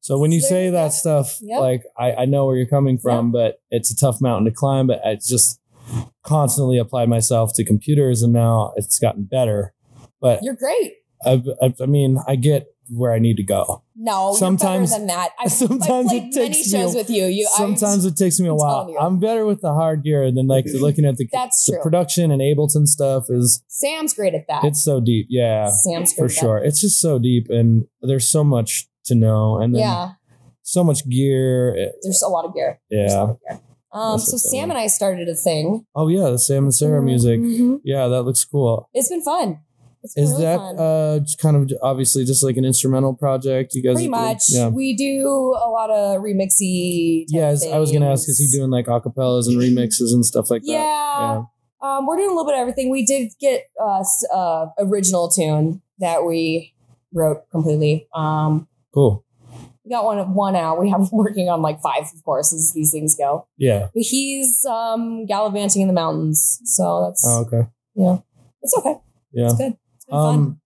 S2: so when you
S3: There
S2: say
S3: you
S2: that
S3: go.
S2: stuff
S3: Yep.
S2: like I, I know where you're coming from but it's a tough mountain to climb but i just constantly applied myself to computers and now it's gotten better but
S3: You're great.
S2: I, I, I mean i get where i need to go
S3: No,
S2: Sometimes-
S3: you're better than that. I've,
S2: sometimes
S3: I've
S2: it
S3: played
S2: takes
S3: many
S2: me a-
S3: shows with you. you I-
S2: sometimes it takes me a
S3: I'm
S2: while
S3: telling you.
S2: i'm better with the hard gear than like looking at the,
S3: That's
S2: the
S3: true.
S2: production and ableton stuff is
S3: Sam's great at that.
S2: it's so deep yeah
S3: Sam's great
S2: for
S3: at that.
S2: sure. It's just so deep, and there's so much to know, and then
S3: Yeah,
S2: so much gear. It-
S3: there's a lot of gear. There's a
S2: yeah.
S3: lot of gear. Um,
S2: That's
S3: so
S2: what's
S3: Sam
S2: up.
S3: and I started a thing.
S2: Oh yeah, the Sam and Sarah music.
S3: Mhm.
S2: Yeah, that looks cool.
S3: It's been fun. It's been
S2: Is
S3: really
S2: that
S3: fun.
S2: uh just kind of obviously just like an instrumental project? You guys
S3: Pretty
S2: are doing?
S3: much.
S2: Yeah.
S3: We do a lot of remixy. type
S2: Yeah, I was- I was gonna ask, is he
S3: things.
S2: doing like acapellas and remixes and stuff like that?
S3: Yeah. Um, we're doing a little bit of everything. We did get uh, s- uh, original tune that we wrote completely. Um,
S2: Cool.
S3: we got one one out. We have working on like five, of course, as these things go.
S2: Yeah.
S3: But he's um gallivanting in the mountains, so that's
S2: Oh, okay.
S3: it's okay.
S2: Yeah.
S3: It's good. It's been fun.
S2: Um,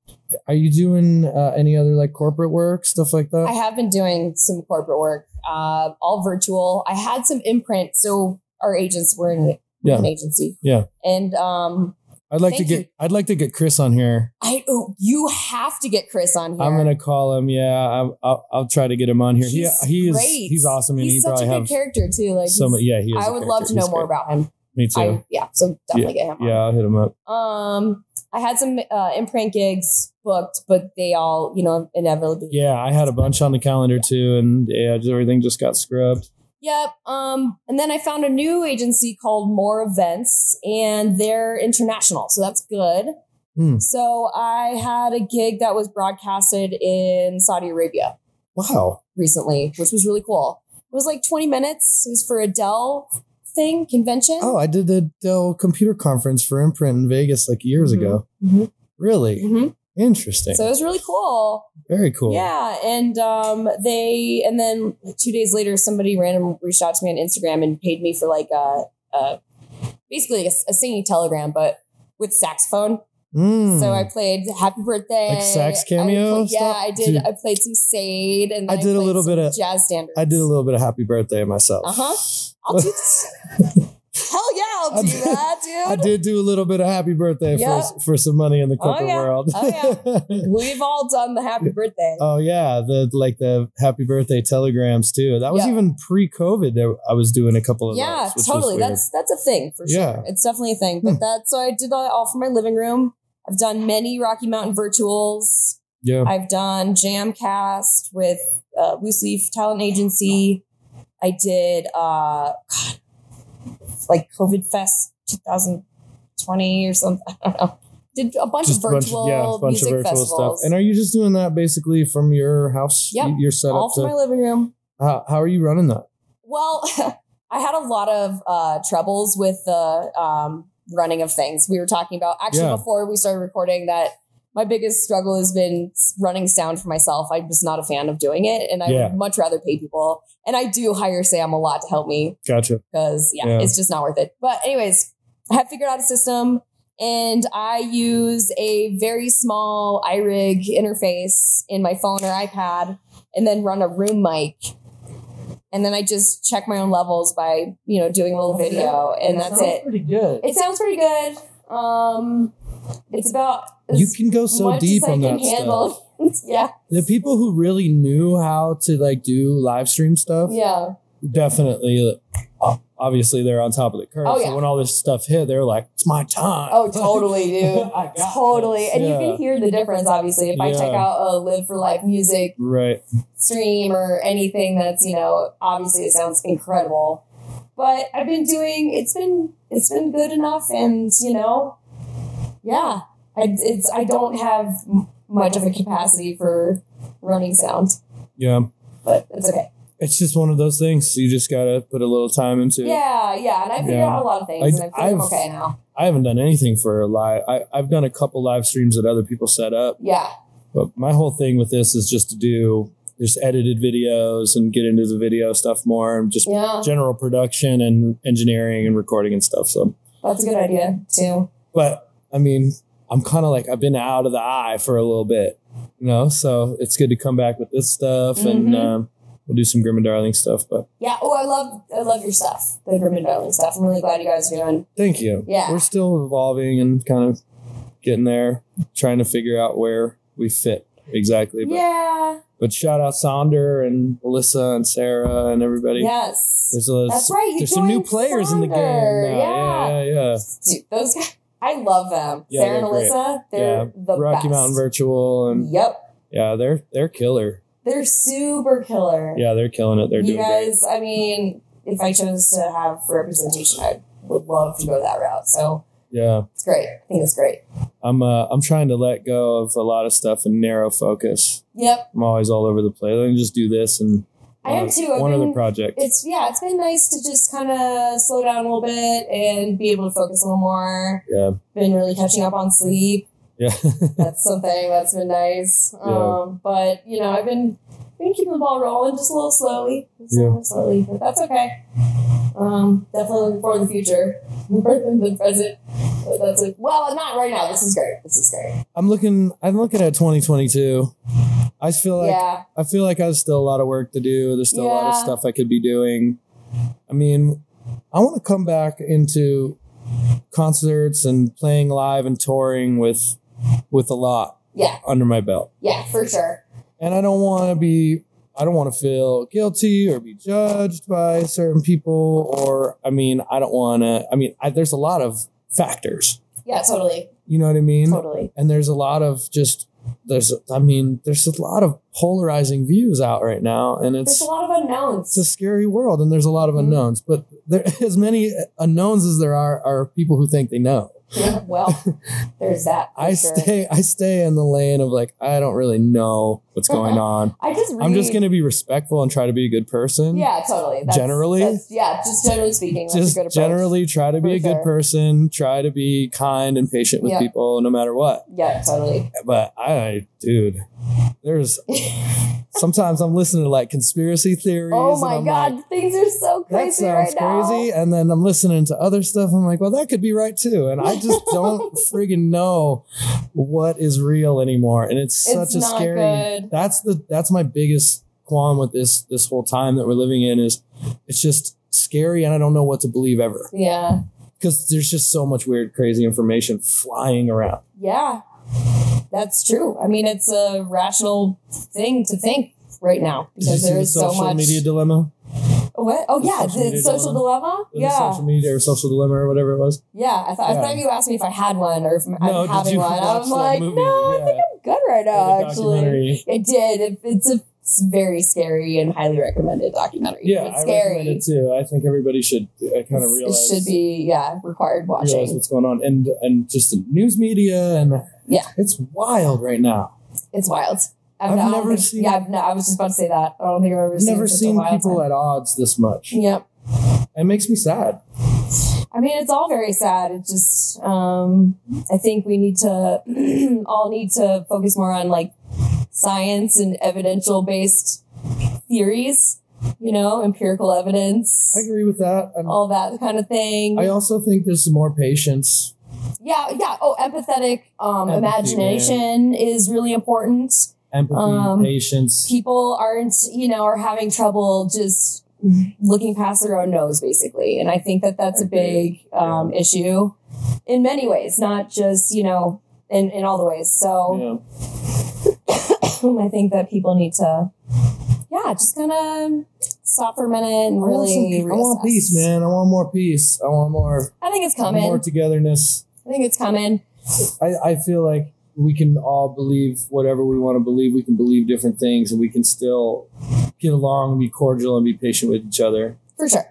S2: are you doing uh, any other like corporate work stuff like that?
S3: I have been doing some corporate work. uh, all virtual. I had some imprint, so our agents were in
S2: Yeah.
S3: an agency.
S2: Yeah.
S3: and um,
S2: I'd like
S3: Thank
S2: to get I'd like to get Chris on here.
S3: I oh, you have to get Chris on here.
S2: I'm gonna call him. Yeah, I, I'll, I'll try to get him on here.
S3: He's
S2: he he is
S3: great.
S2: he's awesome, and
S3: he's
S2: he
S3: such a
S2: probably
S3: good
S2: have
S3: character too. Like
S2: so
S3: he's-
S2: many. Yeah, he is.
S3: I
S2: a
S3: would
S2: character.
S3: love to know
S2: He's
S3: more
S2: great.
S3: about him.
S2: Me too.
S3: I, yeah, so definitely get him. on.
S2: yeah, I'll hit him up.
S3: Um, I had some uh, imprint gigs booked, but they all, you know, inevitably.
S2: Yeah, I had a bunch on the calendar too, and yeah, just everything just got scrubbed.
S3: Yep. Um, and then I found a new agency called More Events, and they're international, so that's good.
S2: Hmm.
S3: So I had a gig that was broadcasted in Saudi Arabia
S2: Wow.
S3: recently, which was really cool. It was like 20 minutes. It was for a Dell thing convention.
S2: Oh, I did the Dell computer conference for Imprint in Vegas like years
S3: Mhm.
S2: ago.
S3: Mhm.
S2: Really
S3: Mhm.
S2: interesting.
S3: So it was really cool.
S2: Very cool.
S3: Yeah, and um, they and then two days later, somebody random reached out to me on Instagram and paid me for like a, a basically a, a singing telegram, but with saxophone.
S2: Mm.
S3: So I played "Happy Birthday,"
S2: Like sax
S3: I played-
S2: cameo
S3: yeah,
S2: stuff?
S3: I did.
S2: Dude.
S3: I played some Sade, and
S2: I
S3: then
S2: did a
S3: played
S2: little
S3: some
S2: bit of-
S3: jazz standards.
S2: I did a little bit of happy birthday myself.
S3: Uh-huh. I'll do this. Hell yeah, I'll
S2: I
S3: do
S2: did-
S3: that,
S2: I
S3: dude.
S2: did do a little bit of happy birthday
S3: Yeah.
S2: for for some money in the
S3: Oh,
S2: corporate
S3: yeah.
S2: world.
S3: Oh, We've all done the Happy Birthday.
S2: Oh yeah, the like the happy birthday telegrams too. That was
S3: Yeah.
S2: even pre-COVID. That I was doing a couple of
S3: yeah,
S2: those, which was
S3: totally.
S2: weird.
S3: That's that's a thing for sure.
S2: Yeah.
S3: It's definitely a thing. But
S2: Hmm.
S3: that's so I did that all from my living room. I've done many Rocky Mountain virtuals.
S2: yeah.
S3: I've done Jamcast with uh, Loose Leaf Talent Agency. I did uh, God, like COVID Fest 2020 or something. I don't know. Did a bunch
S2: Just
S3: of
S2: a bunch,
S3: virtual
S2: of- yeah, a bunch
S3: music
S2: of virtual
S3: festivals.
S2: stuff. And are you just doing that basically from your house?
S3: Yep.
S2: Y- Your setup.
S3: all from
S2: to-
S3: my living room.
S2: how, how are you running that?
S3: Well, I had a lot of uh, troubles with the um, running of things. We were talking about actually
S2: Yeah.
S3: before we started recording that my biggest struggle has been s- running sound for myself. I was not a fan of doing it, and I
S2: Yeah.
S3: would much rather pay people. And I do hire Sam a lot to help me
S2: Gotcha.
S3: because yeah,
S2: Yeah.
S3: it's just not worth it. But anyways, I have figured out a system, and I use a very small iRig interface in my phone or iPad, and then run a room mic, and then I just check my own levels by you know doing a little video, and that's it.
S5: Pretty good.
S3: It sounds pretty good. Um, it's about
S2: You can go
S3: as
S2: so
S3: much
S2: deep
S3: as I
S2: on
S3: can
S2: that stuff.
S3: handle. yeah,
S2: The people who really knew how to like do live stream stuff,
S3: yeah,
S2: definitely. uh, Obviously, they're on top of the curve.
S3: Oh, yeah.
S2: So when all this stuff hit, they're like, "It's my time."
S3: Oh, totally, dude.
S2: I got
S3: totally. And you
S2: Yeah.
S3: can hear the difference, obviously, if I check
S2: Yeah.
S3: out a Live for Life music
S2: Right.
S3: stream or anything that's you know obviously it sounds incredible but i've been doing it's been it's been good enough and you know yeah i it's i don't have m- much of a capacity for running sound
S2: Yeah.
S3: but it's okay
S2: It's just one of those things. You just gotta put a little time into it.
S3: yeah yeah and i figured
S2: Yeah.
S3: out a lot of things
S2: I-
S3: and i feel
S2: I've-
S3: okay now
S2: I haven't done anything for a live. I, I've done a couple live streams that other people set up,
S3: yeah
S2: but my whole thing with this is just to do just edited videos and get into the video stuff more and just
S3: yeah
S2: general production and engineering and recording and stuff. So,
S3: that's a good idea too
S2: but I mean, I'm kind of like, I've been out of the eye for a little bit, you know? So it's good to come back with this stuff and
S3: Mhm.
S2: um, we'll do some Grim and Darling stuff. But
S3: yeah oh i love i love your stuff the grim and darling stuff i'm really glad you guys are doing
S2: thank you.
S3: Yeah.
S2: We're still evolving and kind of getting there, trying to figure out where we fit exactly. But
S3: yeah
S2: But shout out Sonder and Melissa and Sarah and everybody.
S3: yes
S2: There's, a,
S3: That's right. You
S2: there's some new
S3: joined
S2: players in the game.
S3: Sonder,
S2: Now. Yeah, yeah, yeah.
S3: Dude, those guys, I love them.
S2: Yeah,
S3: Sarah
S2: they're
S3: and
S2: great.
S3: Alyssa, they're
S2: Yeah,
S3: the
S2: Rocky
S3: best.
S2: Mountain Virtual and
S3: Yep,
S2: yeah, they're they're killer.
S3: they're super killer.
S2: Yeah, they're killing it. They're
S3: you
S2: doing great.
S3: guys, I mean, if I chose to have representation, I would love to go that route. So
S2: Yeah,
S3: it's great. I think it's great.
S2: I'm uh, I'm trying to let go of a lot of stuff and narrow focus.
S3: Yep,
S2: I'm always all over the place. Let me just do this and
S3: I am
S2: one-
S3: too. I've
S2: one other
S3: been-
S2: project.
S3: it's yeah, it's been nice to just kind of slow down a little bit and be able to focus a little more.
S2: Yeah.
S3: Been really catching up on sleep.
S2: Yeah,
S3: that's something that's been nice.
S2: Yeah.
S3: Um, but you know, I've been been keeping the ball rolling just a little slowly, just a
S2: Yeah.
S3: little slowly, but that's okay. Um, definitely looking forward to the future more than the present. But that's like, well, not right now. This is great. This is great.
S2: I'm looking. I'm looking at 2022. I I feel like
S3: yeah.
S2: I feel like I have still a lot of work to do. There's still a lot of
S3: Yeah.
S2: stuff I could be doing. I mean, I want to come back into concerts and playing live and touring with with a lot
S3: Yeah.
S2: under my belt.
S3: Yeah. For sure.
S2: And I don't want to be I don't want to feel guilty or be judged by certain people or I mean, I don't want to I mean, I, there's a lot of factors.
S3: Yeah. Totally.
S2: You know what I mean?
S3: Totally.
S2: and there's a lot of just there's I mean there's a lot of polarizing views out right now and
S3: There's
S2: it's
S3: a lot of
S2: it's
S3: unknowns.
S2: a scary world and there's a lot of
S3: Mhm.
S2: unknowns but there as many unknowns as there are are people who think they know
S3: Yeah, well, there's that. for
S2: I
S3: sure.
S2: stay I stay in the lane of like I don't really know what's going on
S3: I just. Read,
S2: I'm just going to be respectful and try to be a good person
S3: Yeah. Totally. That's,
S2: Generally?
S3: that's- yeah. Just generally speaking. That's
S2: just
S3: a good approach.
S2: generally try to be
S3: For
S2: a good
S3: sure.
S2: person try to be kind and patient with
S3: Yeah.
S2: people no matter what
S3: Yeah. Totally.
S2: but I, dude, there's sometimes I'm listening to like conspiracy theories.
S3: Oh
S2: and
S3: my
S2: I'm
S3: god,
S2: like,
S3: things are so
S2: that
S3: crazy right
S2: sounds crazy. And then I'm listening to other stuff. I'm like, well, that could be right too. And I just don't friggin' know what is real anymore. And it's,
S3: It's
S2: such a
S3: not
S2: scary.
S3: good.
S2: That's the that's my biggest qualm with this this whole time that we're living in is it's just scary and I don't know what to believe ever
S3: now. Yeah.
S2: because there's just so much weird crazy information flying around.
S3: Yeah. That's true. I mean, it's a rational thing to think right now
S2: Did you
S3: because
S2: see
S3: there
S2: the
S3: is so
S2: social
S3: much
S2: media dilemma?
S3: What? Oh
S2: The
S3: yeah,
S2: social
S3: the
S2: media
S3: social dilemma.
S2: the
S3: Yeah,
S2: social media or social dilemma or whatever it was.
S3: yeah. I thought I
S2: Yeah.
S3: thought you asked me if I had one or if I'm
S2: No, did
S3: having
S2: you
S3: one. I
S2: watch
S3: was
S2: that
S3: like,
S2: movie?
S3: no, I
S2: Yeah.
S3: think I'm good right
S2: Or
S3: now.
S2: the
S3: Actually,
S2: documentary.
S3: it did. It, it's a it's very scary and highly recommended documentary.
S2: Yeah,
S3: it's
S2: I
S3: scary.
S2: recommend it too. I think everybody should uh, kind of
S3: It's-
S2: realize,
S3: it should be yeah required
S2: realize
S3: watching.
S2: what's going on and and just the news media and
S3: Yeah.
S2: it's wild right now.
S3: It's wild.
S2: I've
S3: not-
S2: never seen-
S3: Yeah, I've, no, I was just about to say that. I don't think I've ever
S2: I've never
S3: such a
S2: seen
S3: wild
S2: people
S3: time.
S2: at odds this much.
S3: Yep.
S2: It makes me sad.
S3: I mean, it's all very sad. It just, um, I think we need to all need to focus more on like science and evidential based theories, you know, empirical evidence,
S2: I agree with that. And
S3: all that kind of thing.
S2: I also think there's more patience.
S3: yeah, yeah. Oh, empathetic um,
S2: Empathy,
S3: imagination is really important.
S2: Empathy,
S3: Um,
S2: patience.
S3: People aren't, you know, are having trouble just looking past their own nose, basically. And I think that that's a big um, issue in many ways, not just, you know, in, in all the ways. So
S2: Yeah.
S3: I think that people need to, yeah, just kind of stop for a minute and
S2: I want some-
S3: really.
S2: I want
S3: reassess.
S2: peace, man. I want more peace. I want more
S3: I think it's coming.
S2: more togetherness.
S3: I think it's coming.
S2: I, I feel like we can all believe whatever we want to believe. We can believe different things and we can still get along and be cordial and be patient with each other.
S3: For sure.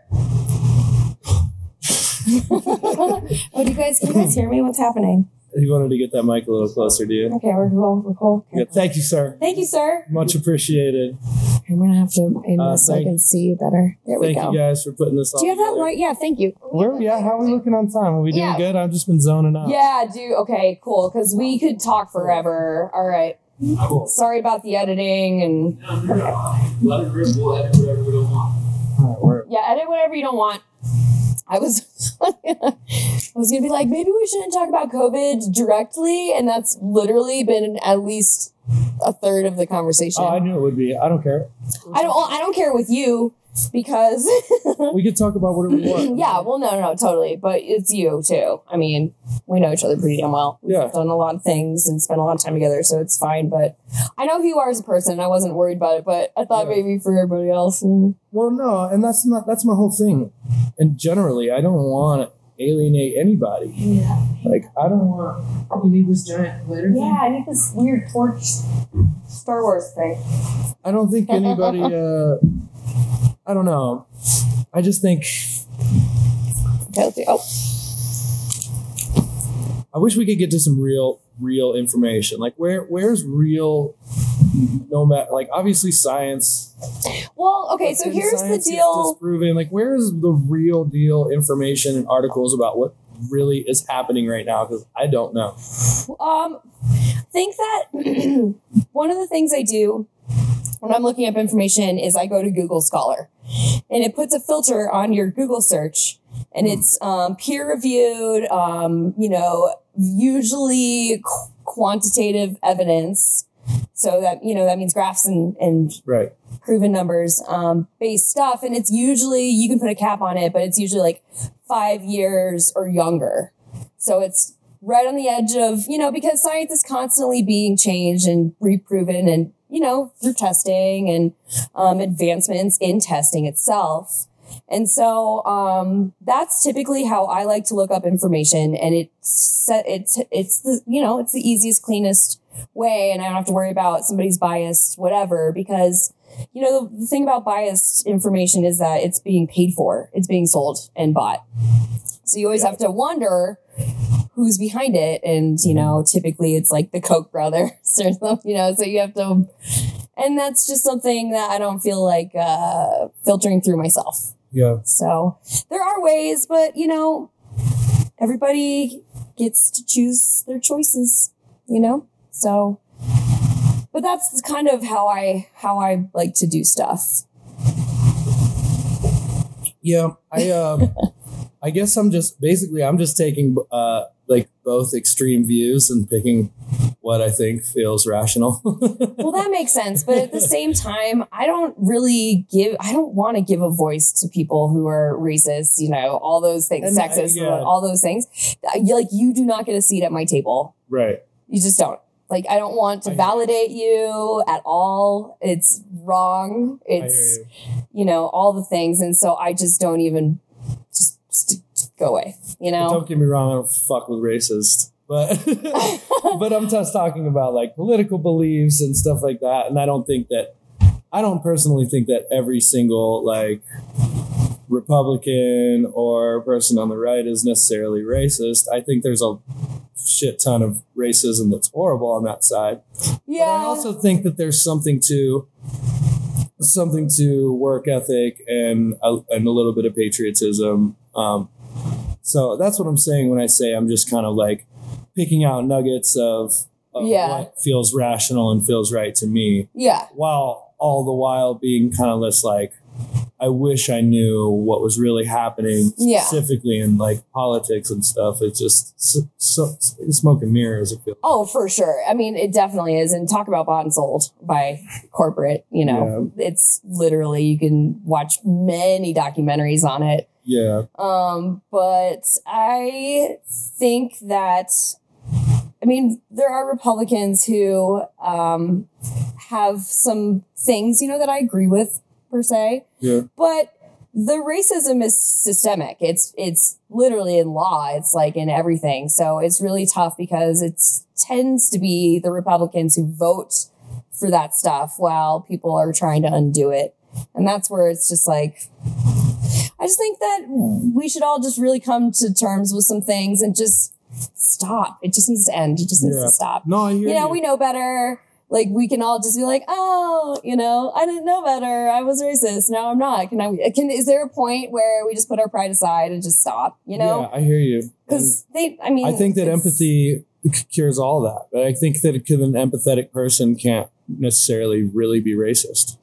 S3: oh, do you guys can you guys hear me? What's happening?
S2: You wanted to get that mic a little closer, do you?
S3: Okay, we're cool. We're cool.
S2: Yeah,
S3: Okay.
S2: thank you, sir.
S3: Thank you, sir.
S2: Much appreciated.
S3: I'm gonna have to end
S2: Uh,
S3: this so I
S2: thank-
S3: can see you better. There we
S2: Thank
S3: go.
S2: you guys for putting this on.
S3: do you have that
S2: together.
S3: light? Yeah, thank you.
S2: Where, yeah, how are we looking on time? Are we doing
S3: Yeah.
S2: good? I've just been zoning out.
S3: Yeah, do okay, cool. Because we could talk forever. All right.
S2: Cool.
S3: Sorry about the editing and
S1: Let it rip, we'll edit whatever we don't want.
S2: All right, we're-
S3: yeah, edit whatever you don't want. I was I was gonna be like, maybe we shouldn't talk about COVID directly, and that's literally been at least a third of the conversation.
S2: Oh, I knew it would be. I don't care.
S3: I don't I don't care with you because
S2: We could talk about whatever we want.
S3: yeah, well no no no totally. But it's you too. I mean, we know each other pretty damn well. We've
S2: Yeah.
S3: done a lot of things and spent a lot of time together, so it's fine. But I know who you are as a person and I wasn't worried about it, but I thought
S2: Yeah.
S3: maybe for everybody else mm,
S2: Well, no, and that's not that's my whole thing. And generally, I don't want to alienate anybody.
S3: Yeah.
S2: Like I don't want. You need this giant glitter.
S3: I need this weird torch Star Wars thing.
S2: I don't think anybody. uh I don't know. I just think
S3: Okay, let's see. Oh
S2: I wish we could get to some real, real information. Like where, where's real? No matter, like obviously science.
S3: well, okay,
S2: but
S3: so
S2: then
S3: here's the
S2: science is
S3: deal.
S2: Disproven. Like where's the real deal information and articles about what really is happening right now? Because I don't know.
S3: Um, think that one of the things I do when I'm looking up information is I go to Google Scholar, and it puts a filter on your Google search, and it's um, peer reviewed. Um, you know, usually qu- quantitative evidence. So that, you know, that means graphs and, and
S2: Right.
S3: proven numbers um, based stuff. And it's usually, you can put a cap on it, but it's usually like five years or younger. So it's right on the edge of, you know, because science is constantly being changed and reproven and, you know, through testing and um, advancements in testing itself. And so um, that's typically how I like to look up information, and it's it's it's the you know it's the easiest, cleanest way, and I don't have to worry about somebody's biased whatever because you know the, the thing about biased information is that it's being paid for it's being sold and bought so you always have to wonder who's behind it and you know typically it's like the koch brothers or something you know so you have to and that's just something that i don't feel like uh, filtering through myself
S2: Yeah.
S3: so there are ways but you know everybody gets to choose their choices you know so but that's kind of how i how i like to do stuff
S2: Yeah.
S5: I um, I guess I'm just basically I'm just taking uh like both extreme views and picking what I think feels rational.
S3: well that makes sense but at the same time i don't really give i don't want to give a voice to people who are racist you know all those things
S2: And, uh,
S3: sexist
S2: yeah.
S3: all those things Uh, you- like you do not get a seat at my table
S2: Right.
S3: you just don't like i don't want
S2: I
S3: to
S2: hear you.
S3: validate you at all it's wrong
S2: I hear
S3: it's
S2: you.
S3: you know all the things and so i just don't even just, just, just go away you
S2: But
S3: know
S2: Don't get me wrong. I don't fuck with racists, but but I'm just talking about like political beliefs and stuff like that. And I don't think that I don't personally think that every single like Republican or person on the right is necessarily racist. I think there's a shit ton of racism that's horrible on that side. But I
S3: yeah
S2: also think that there's something to something to work ethic and a, and a little bit of patriotism. Um, so that's what I'm saying when I say I'm just kind of like picking out nuggets of, of
S3: Yeah.
S2: what feels rational and feels right to me,
S3: yeah
S2: while all the while being kind of less like I wish I knew what was really happening
S3: Yeah.
S2: specifically in like politics and stuff. It's just so, so, smoke and mirrors. It feels.
S3: oh for sure i mean it definitely is and talk about bought and sold by corporate you know it's literally you can watch many documentaries on it
S2: Yeah.
S3: Um, but I think that, I mean, there are Republicans who um, have some things, you know, that I agree with per se.
S2: Yeah.
S3: But the racism is systemic. It's it's literally in law. It's like in everything. So it's really tough because it tends to be the Republicans who vote for that stuff while people are trying to undo it. And that's where it's just like I just think that we should all just really come to terms with some things and just stop. It just needs to end. It just needs
S2: Yeah.
S3: to stop.
S2: No, I hear
S3: You know, we know better. Like we can all just be like, oh, you know, I didn't know better. I was racist. Now I'm not. Can I? Can is there a point where we just put our pride aside and just stop? You know,
S2: yeah, I hear you. And
S3: because they. I mean,
S2: I think that
S3: it's-
S2: empathy c- cures all that. But I think that it could- an empathetic person can't necessarily really be racist.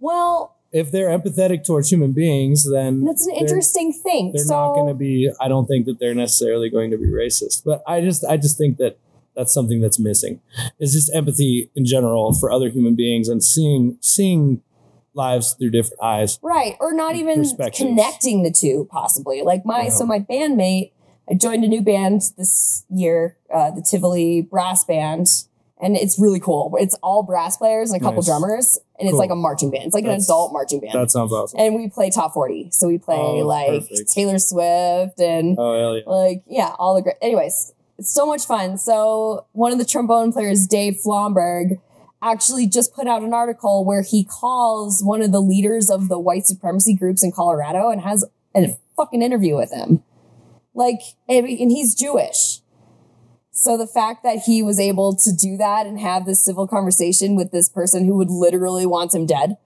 S3: Well,
S2: If they're empathetic towards human beings, then
S3: that's an
S2: They're-
S3: interesting thing.
S2: they're
S3: so,
S2: not going to be. I don't think that they're necessarily going to be racist. But I just, I just think that that's something that's missing. Is just empathy in general for other human beings and seeing seeing lives through different eyes.
S3: Right. Or not even
S2: Perspectives.
S3: connecting the two, possibly. Like my,
S2: Yeah.
S3: so my bandmate, I joined a new band this year, uh, the Tivoli Brass Band. And it's really cool. It's all brass players and a couple
S2: Nice.
S3: drummers. And it's
S2: Cool.
S3: like a marching band. It's like an
S2: That's-
S3: adult marching band.
S2: That sounds awesome.
S3: and we play top 40. So we play
S2: Oh,
S3: like
S2: perfect.
S3: Taylor Swift and
S2: Oh hell yeah!
S3: like, yeah, all the great. Anyways, it's so much fun. So, one of the trombone players, Dave Flomberg, actually just put out an article where he calls one of the leaders of the white supremacy groups in Colorado and has a fucking interview with him. Like, and and he's Jewish. So, the fact that he was able to do that and have this civil conversation with this person who would literally wants him dead.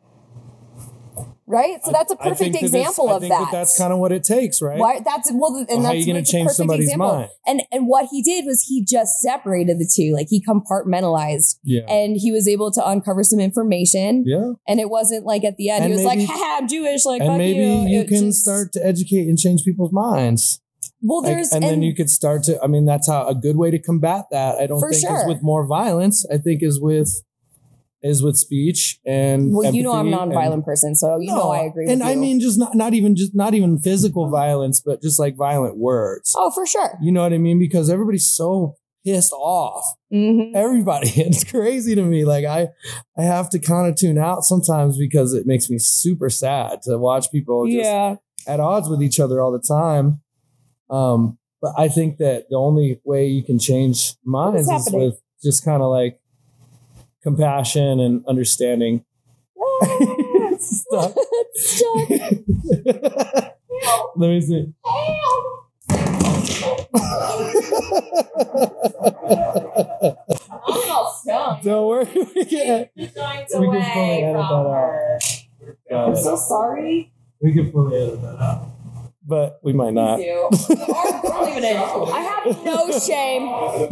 S3: Right? So, that's a
S2: I think
S3: perfect
S2: that it's-
S3: example
S2: I
S3: of
S2: think that that's kind of what it takes, right?
S3: why that's well,
S2: Well,
S3: and that's
S2: how you gonna
S3: like the
S2: change
S3: perfect
S2: somebody's
S3: example.
S2: mind?
S3: And and what he did was he just separated the two, like he compartmentalized,
S2: Yeah.
S3: and he was able to uncover some information.
S2: yeah.
S3: And it wasn't like at the end
S2: And
S3: he was
S2: maybe-
S3: like, "Haha, I'm Jewish." Like,
S2: and
S3: fuck
S2: maybe
S3: you,
S2: you,
S3: It
S2: can
S3: just-
S2: start to educate and change people's minds
S3: Well,
S2: Like,
S3: there's
S2: and, then you could start to i mean that's how a good way to combat that i don't
S3: For
S2: think
S3: sure.
S2: is with more violence i think is with is with speech and
S3: Well, you know I'm
S2: empathy
S3: a
S2: and-
S3: nonviolent person, so you know I agree with
S2: and I
S3: you. Uh-huh.
S2: mean just not not even just not even physical violence, but just like violent words.
S3: oh, for sure.
S2: You know what I mean? Because everybody's so pissed off.
S3: hmm
S2: Everybody. It's crazy to me. Like I I have to kind of tune out sometimes because it makes me super sad to watch people just
S3: Yeah.
S2: at odds with each other all the time. Um, but I think that the only way you can change minds is
S3: happening?
S2: with just kind of like compassion and understanding. Stop.
S3: Stop.
S2: Let me see. Don't worry. We can, we can fully edit that out.
S3: I'm
S2: Uh,
S3: so sorry.
S2: we can fully edit that out. But we might not.
S3: You. I have no shame.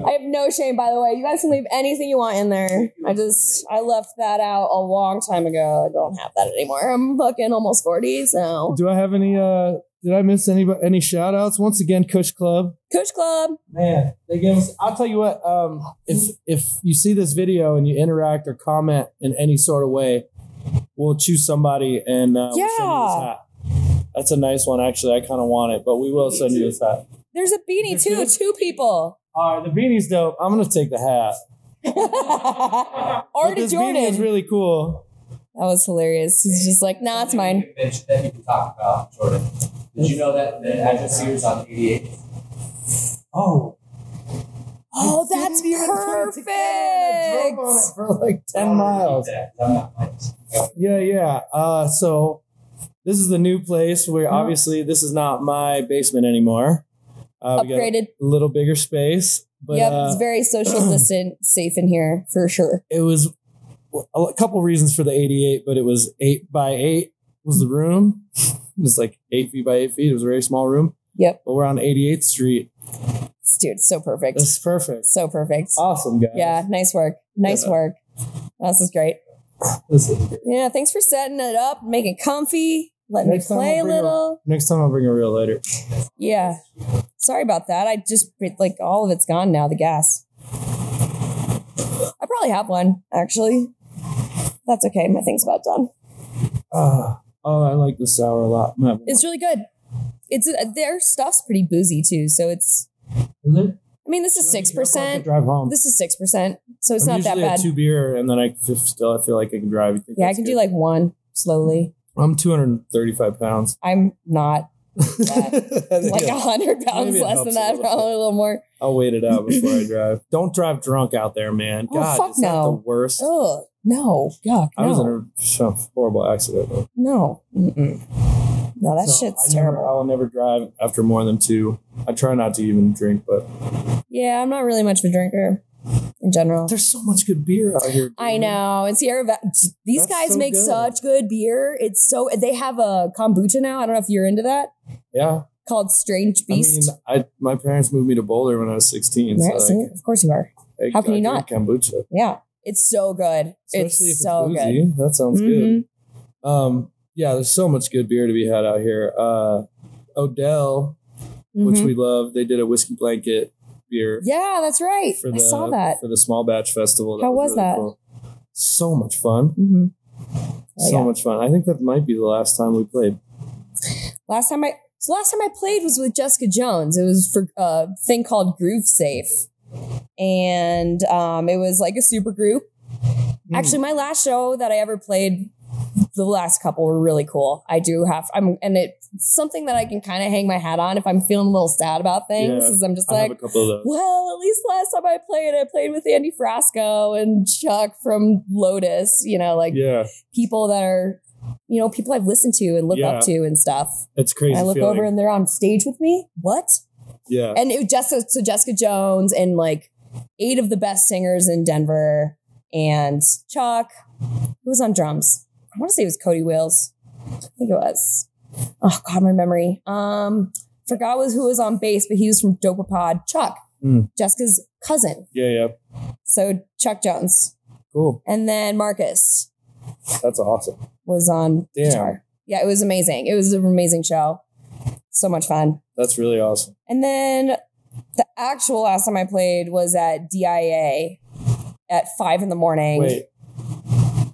S3: I have no shame, by the way. You guys can leave anything you want in there. I just, I left that out a long time ago. I don't have that anymore. I'm fucking almost 40, so.
S2: Do I have any uh did I miss any any shout outs? Once again, Kush Club.
S3: Kush Club.
S2: Man, they give us. I'll tell you what. Um, if if you see this video and you interact or comment in any sort of way, we'll choose somebody and uh, we'll send you this
S3: Yeah.
S2: hat. That's a nice one, actually. I kind of want it, but we will send you this hat.
S3: There's a beanie
S2: Is
S3: too,
S2: there
S3: two people.
S2: All right, the beanie's dope. I'm gonna take the hat.
S3: or
S2: But
S3: to
S2: this beanie is
S3: Jordan.
S2: really cool.
S3: that was hilarious. He's just like, nah, it's mine.
S1: Convention that you can talk about, Jordan. Did you know that the address here is on 88?
S2: Oh,
S3: Oh,
S2: I
S3: that's
S2: didn't even put it together. I drove on it
S3: perfect.
S2: for like ten miles. Yeah, yeah. Uh, so this is the new place
S3: Mm-hmm.
S2: where obviously this is not my basement anymore. Uh, we got a
S3: Upgraded.
S2: little bigger space, but
S3: yep,
S2: uh,
S3: it's very social distant, safe in here for sure.
S2: it was a couple reasons for the 88, but it was eight by eight was the room. it was like eight feet by eight feet. It was a very small room.
S3: Yep.
S2: But we're on 88th Street.
S3: It's- Dude, so perfect.
S2: That's perfect.
S3: So perfect.
S2: Awesome, guys.
S3: Yeah, nice work. Nice
S2: Yeah.
S3: work. This is great.
S2: This is-
S3: Yeah, thanks for setting it up, making it comfy, letting
S2: Next
S3: me
S2: time
S3: play
S2: I'll
S3: a
S2: bring a-
S3: little.
S2: next time I'll bring a reel later.
S3: Yeah. Sorry about that. I just like all of it's gone now, the gas. I probably have one, actually. That's okay. My thing's about done.
S2: Ah, oh, I like the sour a lot. I'm gonna have one.
S3: It's really good. It's uh, their stuff's pretty boozy too, so it's
S2: Is it?
S3: I mean, this is
S2: Should I be
S3: six
S2: careful as I
S3: percent.
S2: Drive home.
S3: This is six percent, so it's
S2: I'm
S3: not that
S2: usually at
S3: bad.
S2: Two beer, and then I f- still I feel like I can drive. You think
S3: Yeah, I
S2: that's
S3: can
S2: good?
S3: do like one slowly.
S2: I'm 235 pounds.
S3: I'm not like a
S2: I'll,
S3: hundred pounds
S2: Maybe it
S3: less
S2: helps
S3: than
S2: a
S3: that,
S2: little
S3: probably
S2: bit.
S3: a little more.
S2: wait it out before I drive. Don't drive drunk out there, man.
S3: Oh,
S2: God,
S3: fuck
S2: is that the
S3: no.
S2: worst?
S3: Oh no, yuck,
S2: I was in
S3: no,
S2: a sh- horrible accident. though.
S3: no, Mm-mm. no, that
S2: So
S3: shit's
S2: I never-
S3: terrible.
S2: I'll never drive after more than two. I try not to even drink, but
S3: Yeah, I'm not really much of a drinker in general.
S2: there's so much good beer out here.
S3: I
S2: dude.
S3: know. And Sierra, Va- these
S2: That's
S3: guys
S2: so
S3: make
S2: good.
S3: such good beer. It's so they have a kombucha now. I don't know if you're into that
S2: Yeah,
S3: called Strange Beast.
S2: I mean, I my parents moved me to Boulder when I was 16.
S3: Right,
S2: so
S3: see?
S2: like,
S3: of course you are.
S2: I-
S3: How can
S2: I
S3: you
S2: drink
S3: not?
S2: kombucha?
S3: Yeah, it's so good.
S2: Especially if
S3: it's so
S2: it's
S3: good.
S2: boozy. That sounds good.
S3: Mhm.
S2: Um, yeah, there's so much good beer to be had out here. Uh, Odell, which
S3: Mhm.
S2: we love, they did a whiskey blanket beer
S3: yeah, that's right.
S2: for the
S3: I saw that.
S2: for the small batch festival.
S3: How was that?
S2: cool. So much fun.
S3: Mhm. Oh,
S2: so
S3: yeah.
S2: much fun. I think that might be the last time we played.
S3: Last time I so last time I played was with Jessica Jones. It was for uh, a thing called Groove Safe, and um, it was like a super group.
S2: Hmm.
S3: Actually, my last show that I ever played, the last couple were really cool. I do have I'm and it's something that I can kind of hang my hat on if I'm feeling a little sad about things.
S2: Yeah,
S3: is I'm just
S2: I have
S3: like,
S2: a couple of those.
S3: well, at least last time I played, I played with Andy Frasco and Chuck from Lotus. You know, like
S2: yeah,
S3: people that are, you know, people I've listened to and look
S2: Yeah.
S3: up to and stuff.
S2: it's crazy.
S3: And I look
S2: feeling.
S3: over and they're on stage with me. What?
S2: yeah,
S3: And it was just so, so Jessica Jones and like eight of the best singers in Denver and Chuck, who was on drums. I want to say it was Cody Wales. I think it was. Oh God, my memory. Um, forgot was who was on bass, but he was from Dopapod. Chuck,
S2: Mm.
S3: Jessica's cousin.
S2: yeah, yeah.
S3: So Chuck Jones,
S2: Cool.
S3: and then Marcus
S2: That's awesome.
S3: was on
S2: Damn.
S3: guitar. Yeah, it was amazing. It was an amazing show. So much fun.
S2: That's really awesome.
S3: And then the actual last time I played was at DIA at five in the morning.
S2: Wait,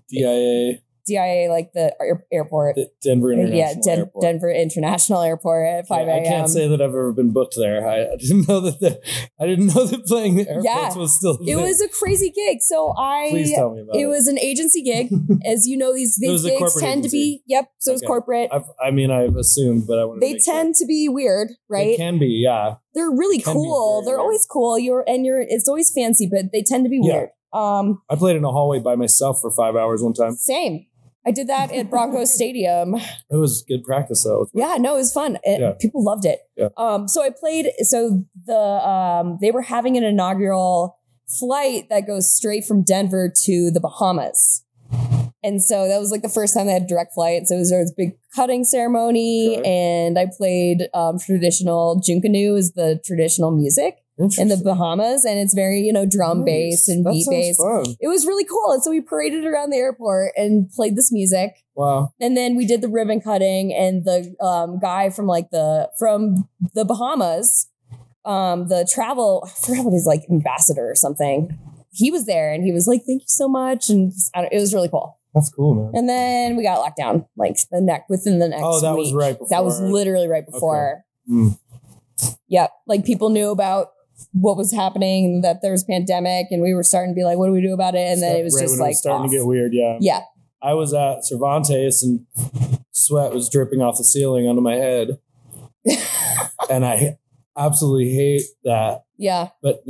S2: DIA,
S3: DIA, like the air- airport.
S2: D- Denver International
S3: yeah, Den-
S2: Airport.
S3: Denver International Airport at
S2: Yeah,
S3: 5
S2: I
S3: a.m.
S2: can't say that I've ever been booked there. I, I didn't know that. The, I didn't know that playing the airports
S3: Yeah.
S2: was still. a
S3: it
S2: thing.
S3: was a crazy gig. So I
S2: Please tell me about it.
S3: it was an agency gig. As you know, these,
S2: was
S3: these
S2: a
S3: gigs
S2: corporate
S3: tend to be, yep, so it's
S2: Okay.
S3: corporate.
S2: I've, I mean, I've assumed, but I want
S3: They tend to be weird,
S2: It
S3: right?
S2: can be, yeah.
S3: They're really
S2: can be
S3: cool.
S2: very
S3: They're
S2: weird.
S3: always cool. You're and you're it's always fancy, but they tend to be
S2: Yeah.
S3: weird. Um
S2: I played in a hallway by myself for five hours one time.
S3: same. I did that at Broncos Stadium.
S2: It was good practice though.
S3: Yeah, no, it was fun. It,
S2: Yeah.
S3: People loved it.
S2: Yeah.
S3: Um, so I played. So the um, they were having an inaugural flight that goes straight from Denver to the Bahamas, and so that was like the first time they had direct flight. So it was there was a big cutting ceremony,
S2: Okay.
S3: and I played um, traditional junkanoo is the traditional music in the Bahamas, and it's very you know drum
S2: Nice.
S3: bass and
S2: That
S3: beat
S2: sounds
S3: bass.
S2: Fun.
S3: It was really cool, and so we paraded around the airport and played this music
S2: Wow.
S3: and then we did the ribbon cutting and the um, guy from like the from the bahamas um, the travel i forgot what his like ambassador or something he was there and he was like thank you so much and I don't, it was really cool
S2: That's cool, man.
S3: and then we got locked down like the neck within the next
S2: Oh, that was
S3: week.
S2: right before.
S3: that was literally right before
S2: Hmm.
S3: yep like people knew about what was happening that there was a pandemic and we were starting to be like what do we do about it and then it was
S2: Right
S3: just
S2: when
S3: like
S2: was starting
S3: off.
S2: to get weird. Yeah.
S3: yeah
S2: I was at Cervantes and sweat was dripping off the ceiling onto my head, and I absolutely hate that.
S3: yeah
S2: But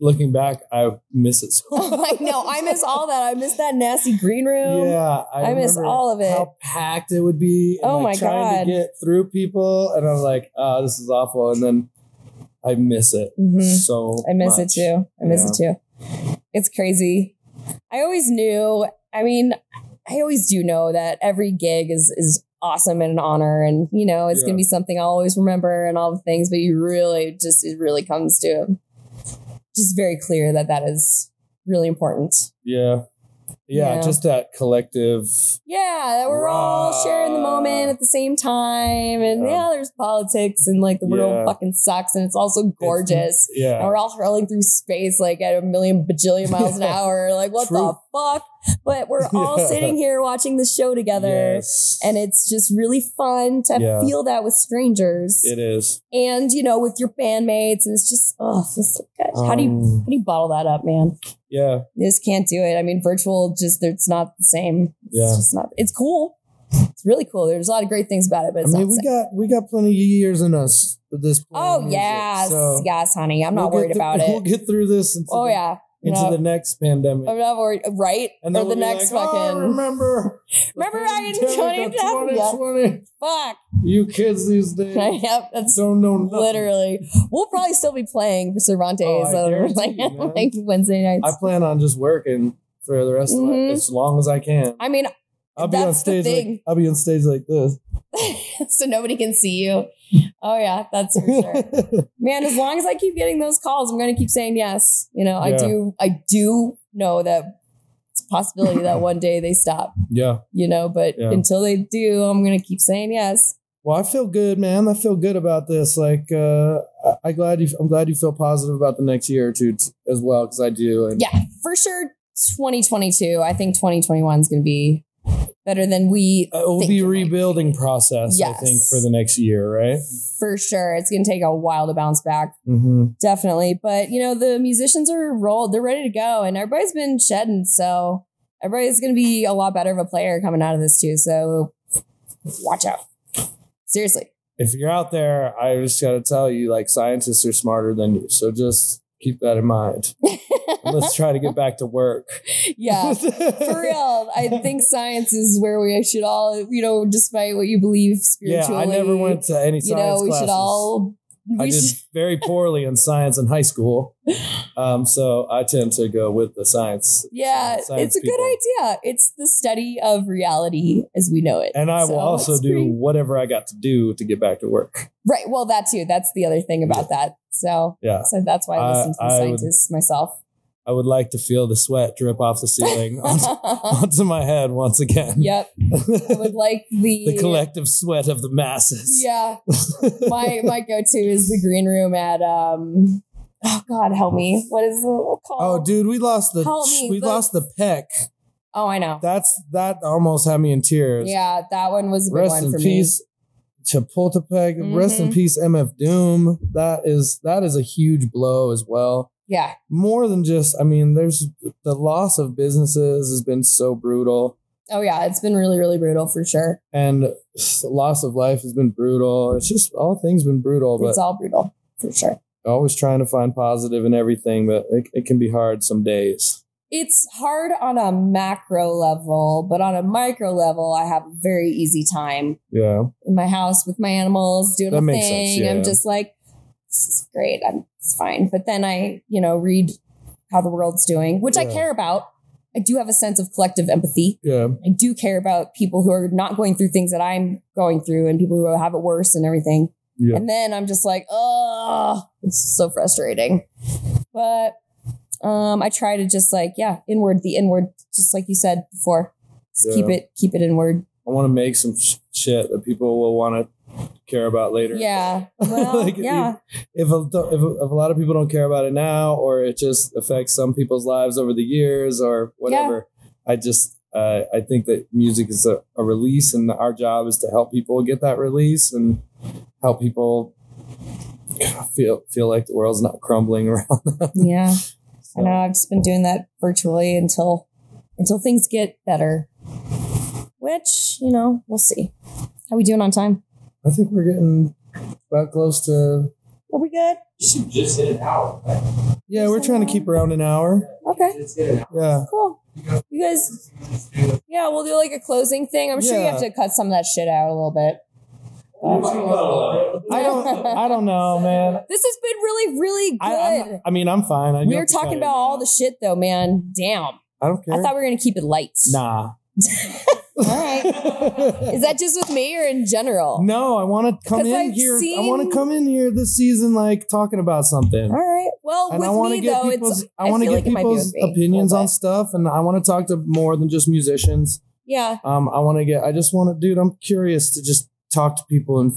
S2: looking back, I miss it so
S3: I
S2: much.
S3: know. I miss all that. I miss that nasty green room.
S2: Yeah,
S3: I miss
S2: remember
S3: all of it.
S2: How packed it would be. and,
S3: Oh
S2: like,
S3: my
S2: trying
S3: God.
S2: To get through people, and I'm like, oh, this is awful. And then I miss it
S3: Mhm.
S2: so.
S3: I miss
S2: much.
S3: it too. I miss it too. It's crazy. I always knew. I mean, I always do know that every gig is is awesome and an honor, and you know it's
S2: Yeah.
S3: gonna be something I'll always remember and all the things. But you really just it really comes to just very clear that that is really important.
S2: Yeah. yeah,
S3: Yeah.
S2: Just that collective.
S3: Yeah, that we're all sharing the moment at the same time, and
S2: Yeah.
S3: yeah, there's politics and like the world
S2: Yeah.
S3: fucking sucks, and it's also gorgeous. and
S2: Yeah.
S3: we're all hurling through space like at a million bajillion miles an hour. Like, what
S2: True.
S3: the fuck? But we're all
S2: Yeah.
S3: sitting here watching the show together.
S2: Yes.
S3: And it's just really fun to
S2: Yeah.
S3: feel that with strangers
S2: It is.
S3: and, you know, with your bandmates. And it's just, oh, it's just so good. how do you.
S2: Um,
S3: How do you bottle that up, man?
S2: Yeah.
S3: You just can't do it. I mean, virtual just it's not the same. It's
S2: Yeah.
S3: just not. It's cool. It's really cool. There's a lot of great things about it, but
S5: I
S3: it's
S5: mean,
S3: not.
S5: we
S3: the same.
S5: got we got plenty of years in us with this.
S3: oh
S5: music,
S3: yes,
S5: so
S3: yes, honey. I'm not
S5: we'll get
S3: worried
S5: through-
S3: about
S5: We'll
S3: it.
S5: get through this into,
S3: Oh
S5: the,
S3: yeah,
S2: Into
S3: No.
S2: the next pandemic.
S3: I'm not worried, right? or
S2: we'll
S3: the
S2: be
S3: next
S2: like, "Oh, I
S3: fucking
S2: remember.
S3: Remember I didn't
S2: Pandemic
S3: tell you
S2: of
S3: that? Yeah.
S2: 2020.
S3: fuck.
S2: You kids these days
S3: yep, that's
S2: don't know nothing.
S3: literally. We'll probably still be playing for Cervantes
S2: Oh, I
S3: on like,
S2: guarantee you, man.
S3: like Wednesday
S2: I
S3: nights.
S2: plan on just working for the rest of my
S3: Mhm.
S2: as long as I can.
S3: I, mean,
S2: I'll be on
S3: that's the
S2: stage. Like,
S3: thing.
S2: I'll be on stage like this.
S3: so nobody can see you. Oh yeah, that's for sure. Man, as long as I keep getting those calls, I'm gonna keep saying yes. You know,
S2: Yeah.
S3: I do. I do know that it's a possibility that one day they stop.
S2: yeah.
S3: You know, but
S2: Yeah.
S3: until they do, I'm gonna keep saying yes.
S5: Well, I feel good, man. I feel good about this. Like, uh, I, I glad you. I'm glad you feel positive about the next year or two t- as well, because I do. And
S3: yeah, for sure. 2022. I think 2021 is going to be better than we
S2: Uh, it will
S3: think
S2: be
S3: it might be.
S2: rebuilding process, I think,
S3: Yes.
S2: for the next year, right?
S3: for sure. It's going to take a while to bounce back,
S2: Mm-hmm.
S3: definitely. But you know, the musicians are rolled; they're ready to go, and everybody's been shedding. So everybody's going to be a lot better of a player coming out of this too. So watch out. Seriously,
S2: If you're out there, I just got to tell you, like scientists are smarter than you, so just keep that in mind. And Let's try to get back to work.
S3: yeah. For real, I think science is where we should all, you know, despite what you believe
S2: yeah,
S3: spiritually.
S2: I never went to any
S3: You
S2: science
S3: know, we
S2: classes.
S3: should all.
S2: I
S3: We
S2: did
S3: should,
S2: very poorly in science in high school, um, so I tend to go with the science.
S3: Yeah,
S2: science
S3: it's a
S2: people.
S3: good idea. It's the study of reality as we know it.
S2: And I
S3: So
S2: will also
S3: it's
S2: do
S3: pretty-
S2: whatever I got to do to get back to work.
S3: right. Well, that too. That's the other thing about that. So,
S2: Yeah.
S3: so that's why I
S2: I-
S3: listen to the
S2: I would-
S3: scientists myself.
S2: I would like to feel the sweat drip off the ceiling onto, onto my head once again.
S3: yep, I would like the
S2: the collective sweat of the masses.
S3: Yeah, my my go to is the green room at um. Oh God, help me! What is it called?
S5: oh, dude, we lost the
S3: Help me,
S5: we
S3: the-
S5: lost the peck.
S3: Oh, I know.
S2: That's that almost had me in tears.
S3: Yeah, that one was a big
S2: Rest
S3: one
S2: in
S3: for
S2: peace, Chapultepec. Rest in
S3: Mhm.
S2: peace, MF Doom. That is that is a huge blow as well.
S3: me. Yeah.
S2: More than just, I mean, there's the loss of businesses has been so brutal,
S3: Oh, yeah. It's been really, really brutal for sure.
S2: and s- loss of life has been brutal. It's just all things been brutal, but
S3: It's all brutal for sure.
S2: always trying to find positive in everything, but it, it can be hard some days.
S3: it's hard on a macro level, but on a micro level, I have a very easy time
S2: Yeah,
S3: in my house with my animals doing
S2: That
S3: my
S2: makes sense,
S3: thing.
S2: yeah.
S3: I'm just like, this is great. I'm it's fine. But then I, you know, read how the world's doing, which I
S2: Yeah.
S3: care about. I do have a sense of collective empathy.
S2: yeah.
S3: I do care about people who are not going through things that I'm going through and people who have it worse and everything.
S2: Yeah.
S3: And then I'm just like, oh, it's so frustrating. But um, I try to just like, yeah, inward, the inward, just like you said before. Just keep
S2: Yeah.
S3: it, keep it inward.
S2: I want to make some sh- shit that people will want to care about later.
S3: Yeah. Well,
S2: Like,
S3: yeah.
S2: If a, if, a, if a lot of people don't care about it now, or it just affects some people's lives over the years, or whatever, I just uh, I think that music is a, a release, and our job is to help people get that release and help people feel feel like the world's not crumbling around them.
S3: Yeah. I
S2: So,
S3: know I've just been doing that virtually until until things get better. Which, you know, we'll see. How we doing on time?
S2: I think we're getting about close to.
S3: Are we good?
S1: should just hit an hour. right?
S2: Yeah, we're trying to keep around an hour.
S3: Okay.
S1: Just hit an hour.
S2: Yeah.
S3: Cool. You guys Yeah, we'll do like a closing thing. I'm sure you
S2: Yeah.
S3: have to cut some of that shit out a little bit.
S2: I don't. I don't know, man.
S3: This has been really, really good.
S2: I, I'm, I mean, I'm fine. I
S3: we were
S2: don't
S3: talking
S2: care.
S3: about all the shit though, man. Damn.
S2: I don't care.
S3: I thought we were gonna keep it light.
S2: nah.
S3: All right. Is that just with me or in general?
S2: no, I want to come
S3: 'Cause
S2: in
S3: I've
S2: here. I
S3: seen-
S2: want to come in here this season, like talking about something.
S3: All right. Well,
S2: And
S3: with
S2: I want to
S3: me
S2: get
S3: though,
S2: people's.
S3: it's
S2: I want to
S3: feel
S2: get
S3: like it might be
S2: people's
S3: with me a little
S2: opinions on
S3: bit.
S2: stuff, and I want to talk to more than just musicians.
S3: yeah.
S2: Um, I want to get. I just want to, dude. I'm curious to just talk to people and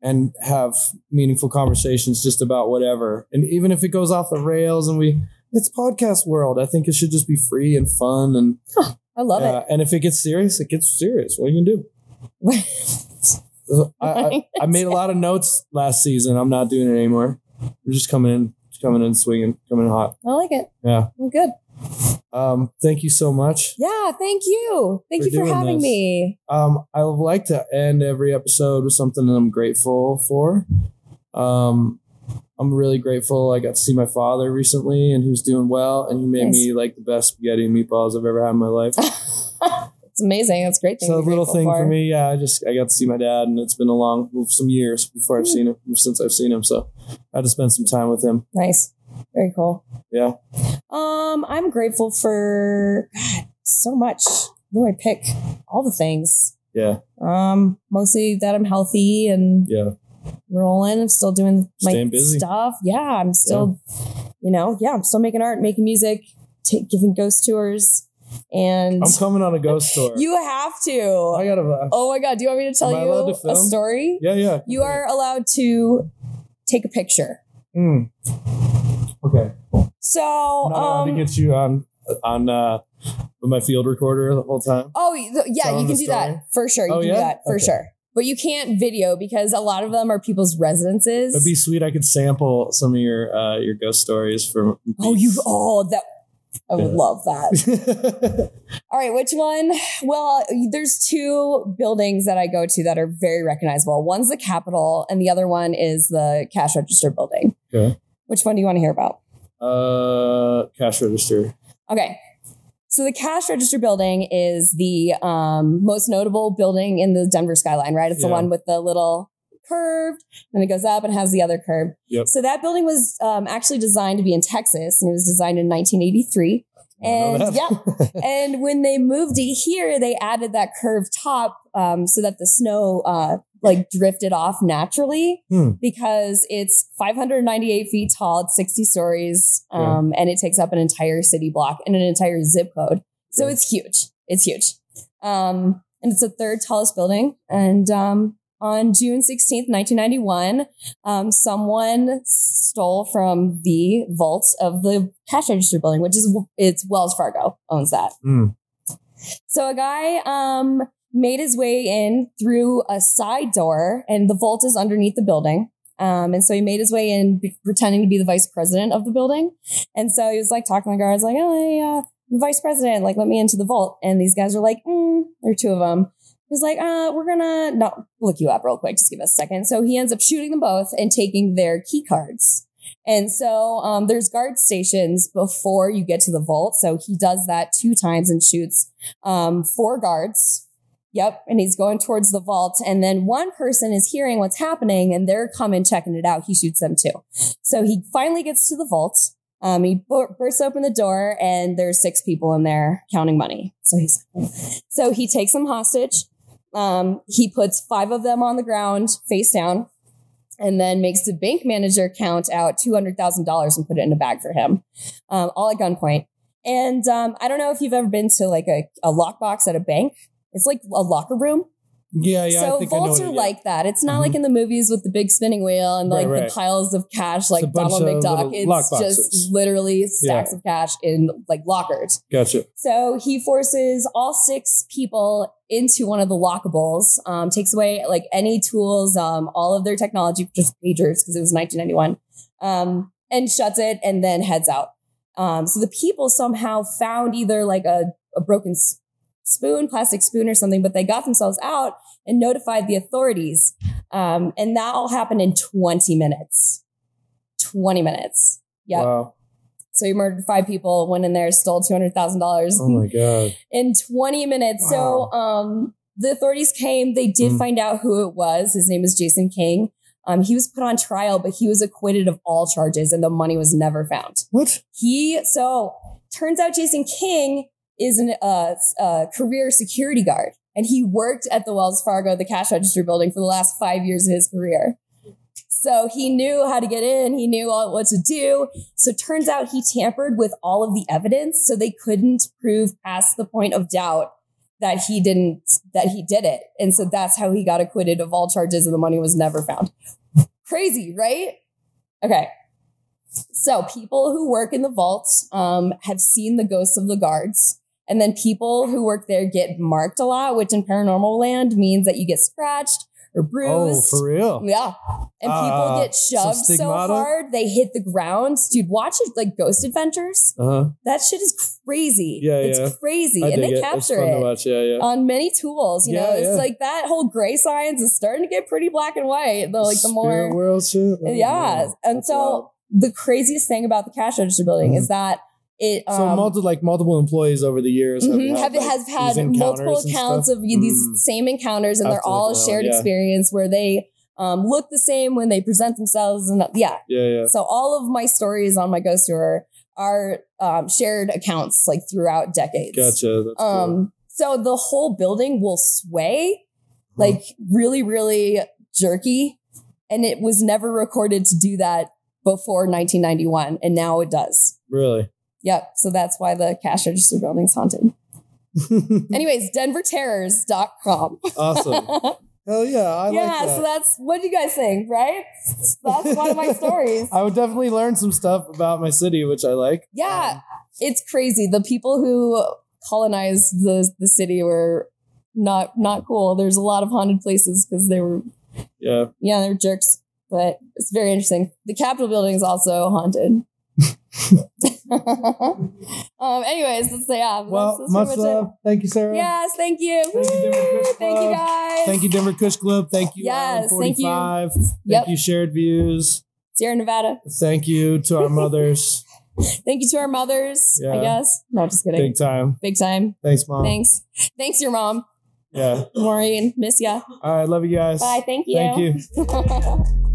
S2: and have meaningful conversations just about whatever. And even if it goes off the rails, and we, it's podcast world. I think it should just be free and fun and
S3: I love
S2: Yeah, And if it gets serious, it gets serious. What are you gonna
S3: it.
S2: do? I, I, I made a lot of notes last season. I'm not doing it anymore. We're just coming in, just coming in swinging, coming in hot.
S3: I like it.
S2: Yeah.
S3: We're good.
S2: Um, thank you so much.
S3: Yeah. Thank you. Thank
S2: For
S3: you for
S2: doing
S3: having
S2: this.
S3: me.
S2: Um, I would like to end every episode with something that I'm grateful for. Um, I'm really grateful. I got to see my father recently, and he was doing well, and he made
S3: Nice.
S2: me like the best spaghetti and meatballs I've ever had in my life.
S3: It's amazing. That's a great. Thing
S2: so a
S3: to be
S2: little
S3: grateful
S2: thing for. me yeah i just i got to see my dad and it's been a long some years before i've seen him since i've seen him so i had to spend some time with him
S3: Nice. Very cool.
S2: Yeah.
S3: Um, I'm grateful for God, so much. What do I pick? All the things.
S2: yeah
S3: Um, mostly that I'm healthy and
S2: yeah
S3: rolling. I'm still doing my
S2: Staying busy.
S3: stuff. Yeah, I'm still, you know, yeah, I'm still making art, making music, ta- giving ghost tours, and
S2: i'm coming on a ghost tour
S3: you have to.
S2: i gotta uh,
S3: oh my god, do you want me to tell
S2: Am I allowed
S3: you
S2: to
S3: a
S2: film?
S3: story?
S2: yeah yeah
S3: You are allowed to take a picture.
S2: Mm. okay
S3: So,
S2: i'm not allowed
S3: um,
S2: to get you on on uh with my field recorder the whole time
S3: Oh, y- th- yeah,
S2: Tell
S3: you
S2: them
S3: can
S2: the
S3: do
S2: story?
S3: that for sure. You
S2: Oh,
S3: can do
S2: yeah?
S3: that for
S2: Okay.
S3: sure. But you can't video because a lot of them are people's residences.
S2: it'd be sweet i could sample some of your uh your ghost stories from
S3: oh, you oh that I would
S2: Yeah.
S3: love that. All right, which one? Well, there's two buildings that I go to that are very recognizable. One's the Capitol, and the other one is the cash register building.
S2: Okay.
S3: Which one do you want to hear about?
S2: uh cash register
S3: Okay. So the cash register building is the um, most notable building in the Denver skyline, right? It's the
S2: Yeah.
S3: one with the little curved, and it goes up and has the other curve.
S2: Yep.
S3: So that building was um, actually designed to be in Texas, and it was designed in 1983.
S2: I know
S3: And yeah,
S2: that.
S3: and when they moved it here, they added that curved top um, so that the snow uh, like drifted off naturally
S2: Hmm.
S3: because it's 598 feet tall, it's 60 stories, um, and it takes up an entire city block and an entire zip code. So
S2: Yeah.
S3: it's huge. It's huge. Um, and it's the third tallest building. And um, on June 16th, 1991, um, someone stole from the vault of the cash register building, which is it's Wells Fargo owns that.
S2: Mm.
S3: So a guy um, made his way in through a side door, and the vault is underneath the building. Um, and so he made his way in, be- pretending to be the vice president of the building. And so he was like talking to the guards, like, "Oh, yeah, the vice president, like, let me into the vault." And these guys were like, mm, "There are two of them." He's like, "Uh, we're gonna no look you up real quick. Just give us a second. So he ends up shooting them both and taking their key cards. And so um, there's guard stations before you get to the vault. So he does that two times and shoots um, four guards. Yep. And he's going towards the vault. And then one person is hearing what's happening and they're coming checking it out. He shoots them too. So he finally gets to the vault. Um, he bur- bursts open the door and there's six people in there counting money. So he's, so he takes them hostage. Um, he puts five of them on the ground face down and then makes the bank manager count out $200,000 and put it in a bag for him, um, all at gunpoint. And um, I don't know if you've ever been to like a, a lockbox at a bank. It's like a locker room.
S2: Yeah, yeah. I
S3: so
S2: think
S3: vaults
S2: I
S3: are
S2: know
S3: like that. It's not like in the movies with the big spinning wheel and
S2: Right,
S3: like
S2: right.
S3: the piles of cash
S2: a
S3: like
S2: bunch
S3: Donald
S2: of little
S3: McDuck. It's
S2: lockboxes.
S3: just literally stacks of cash in like lockers.
S2: Gotcha.
S3: So he forces all six people into one of the lockables, um, takes away like any tools, um, all of their technology, just pagers, because it was 1991, um, and shuts it and then heads out. Um, so the people somehow found either like a, a broken s- spoon, plastic spoon, or something, but they got themselves out and notified the authorities. Um, and that all happened in 20 minutes. 20 minutes. Yep.
S2: Wow.
S3: So he murdered five people, went in there, stole two hundred thousand dollars
S2: Oh my god.
S3: in twenty minutes. So um, the authorities came. They did
S2: Mm.
S3: find out who it was. His name was Jason King. Um, he was put on trial, but he was acquitted of all charges, and the money was never found.
S2: What?
S3: He so turns out Jason King is an, uh, s- a career security guard, and he worked at the Wells Fargo, the cash register building, for the last five years of his career. So he knew how to get in. He knew all, what to do. So it turns out he tampered with all of the evidence, so they couldn't prove past the point of doubt that he didn't that he did it. And so that's how he got acquitted of all charges, and the money was never found. Crazy, right? Okay. So people who work in the vault um, have seen the ghosts of the guards. And then people who work there get marked a lot, which in paranormal land means that you get scratched or
S2: Oh,
S3: bruised.
S2: for real?
S3: Yeah. And people
S2: Uh,
S3: get shoved
S2: so
S3: so
S2: stigmata?
S3: hard they hit the ground. Dude, watch it like Ghost Adventures.
S2: Uh huh.
S3: That shit is crazy.
S2: Yeah,
S3: it's
S2: yeah.
S3: crazy.
S2: I dig
S3: and they
S2: it. It's
S3: capture
S2: fun to
S3: it Oh,
S2: watch. Yeah, yeah.
S3: on many tools. You
S2: Yeah,
S3: know, it's
S2: yeah.
S3: like that whole gray science is starting to get pretty black and white. The like the
S2: Spirit
S3: more
S2: world shit. Oh,
S3: yeah.
S2: man.
S3: And
S2: That's
S3: so
S2: wild. Mm-hmm.
S3: the craziest thing about the cash register building is that it um,
S2: so multi, like multiple employees over the years
S3: mhm,
S2: have, had,
S3: have,
S2: like,
S3: has had
S2: these
S3: multiple
S2: encounters and
S3: accounts
S2: stuff?
S3: of these
S2: Mm.
S3: same encounters, and
S2: I'll
S3: they're
S2: have to look
S3: all
S2: that up,
S3: shared
S2: yeah.
S3: experience where they um, look the same when they present themselves, and yeah.
S2: Yeah, yeah.
S3: So all of my stories on my ghost tour are um, shared accounts like throughout decades.
S2: Gotcha. That's cool.
S3: Um, so the whole building will sway, like really, really jerky, and it was never recorded to do that before 1991, and now it does.
S2: Really.
S3: Yep. So that's why the cash register building's haunted.
S2: Mm.
S3: Anyways, denverterrors.com.
S2: awesome. Hell yeah, I
S3: yeah,
S2: like that.
S3: so that's what do you guys think, right? That's one of my stories.
S2: I would definitely learn some stuff about my city, which I like. Um,
S3: Yeah, it's crazy. The people who colonized the the city were not not cool. There's a lot of haunted places because they were
S2: Yeah.
S3: yeah they were jerks. But it's very interesting. The Capitol building is also haunted. um. Anyways, that's yeah. that's-
S2: Well,
S3: that's
S2: much
S3: pretty much it.
S2: love. Thank you, Sarah.
S3: Yes, thank you.
S2: Thank you, Denver
S3: Woo!
S2: Fish
S3: Thank you
S2: Club.
S3: guys.
S2: Thank you, Denver Kush Club. Thank you,
S3: Yes,
S2: Island
S3: thank you.
S2: 45. Thank
S3: Yep.
S2: you, Shared Views.
S3: Sierra Nevada.
S2: Thank you to our mothers.
S3: Thank you to our mothers, I
S2: Yeah.
S3: guess. No, just kidding.
S2: Big
S3: Big,
S2: time.
S3: time.
S2: Thanks, Mom.
S3: Thanks. Thanks, your mom,
S2: Yeah.
S3: Maureen. Miss ya.
S2: All right. Love you guys.
S3: Bye. Thank you.
S2: Thank you.
S3: you.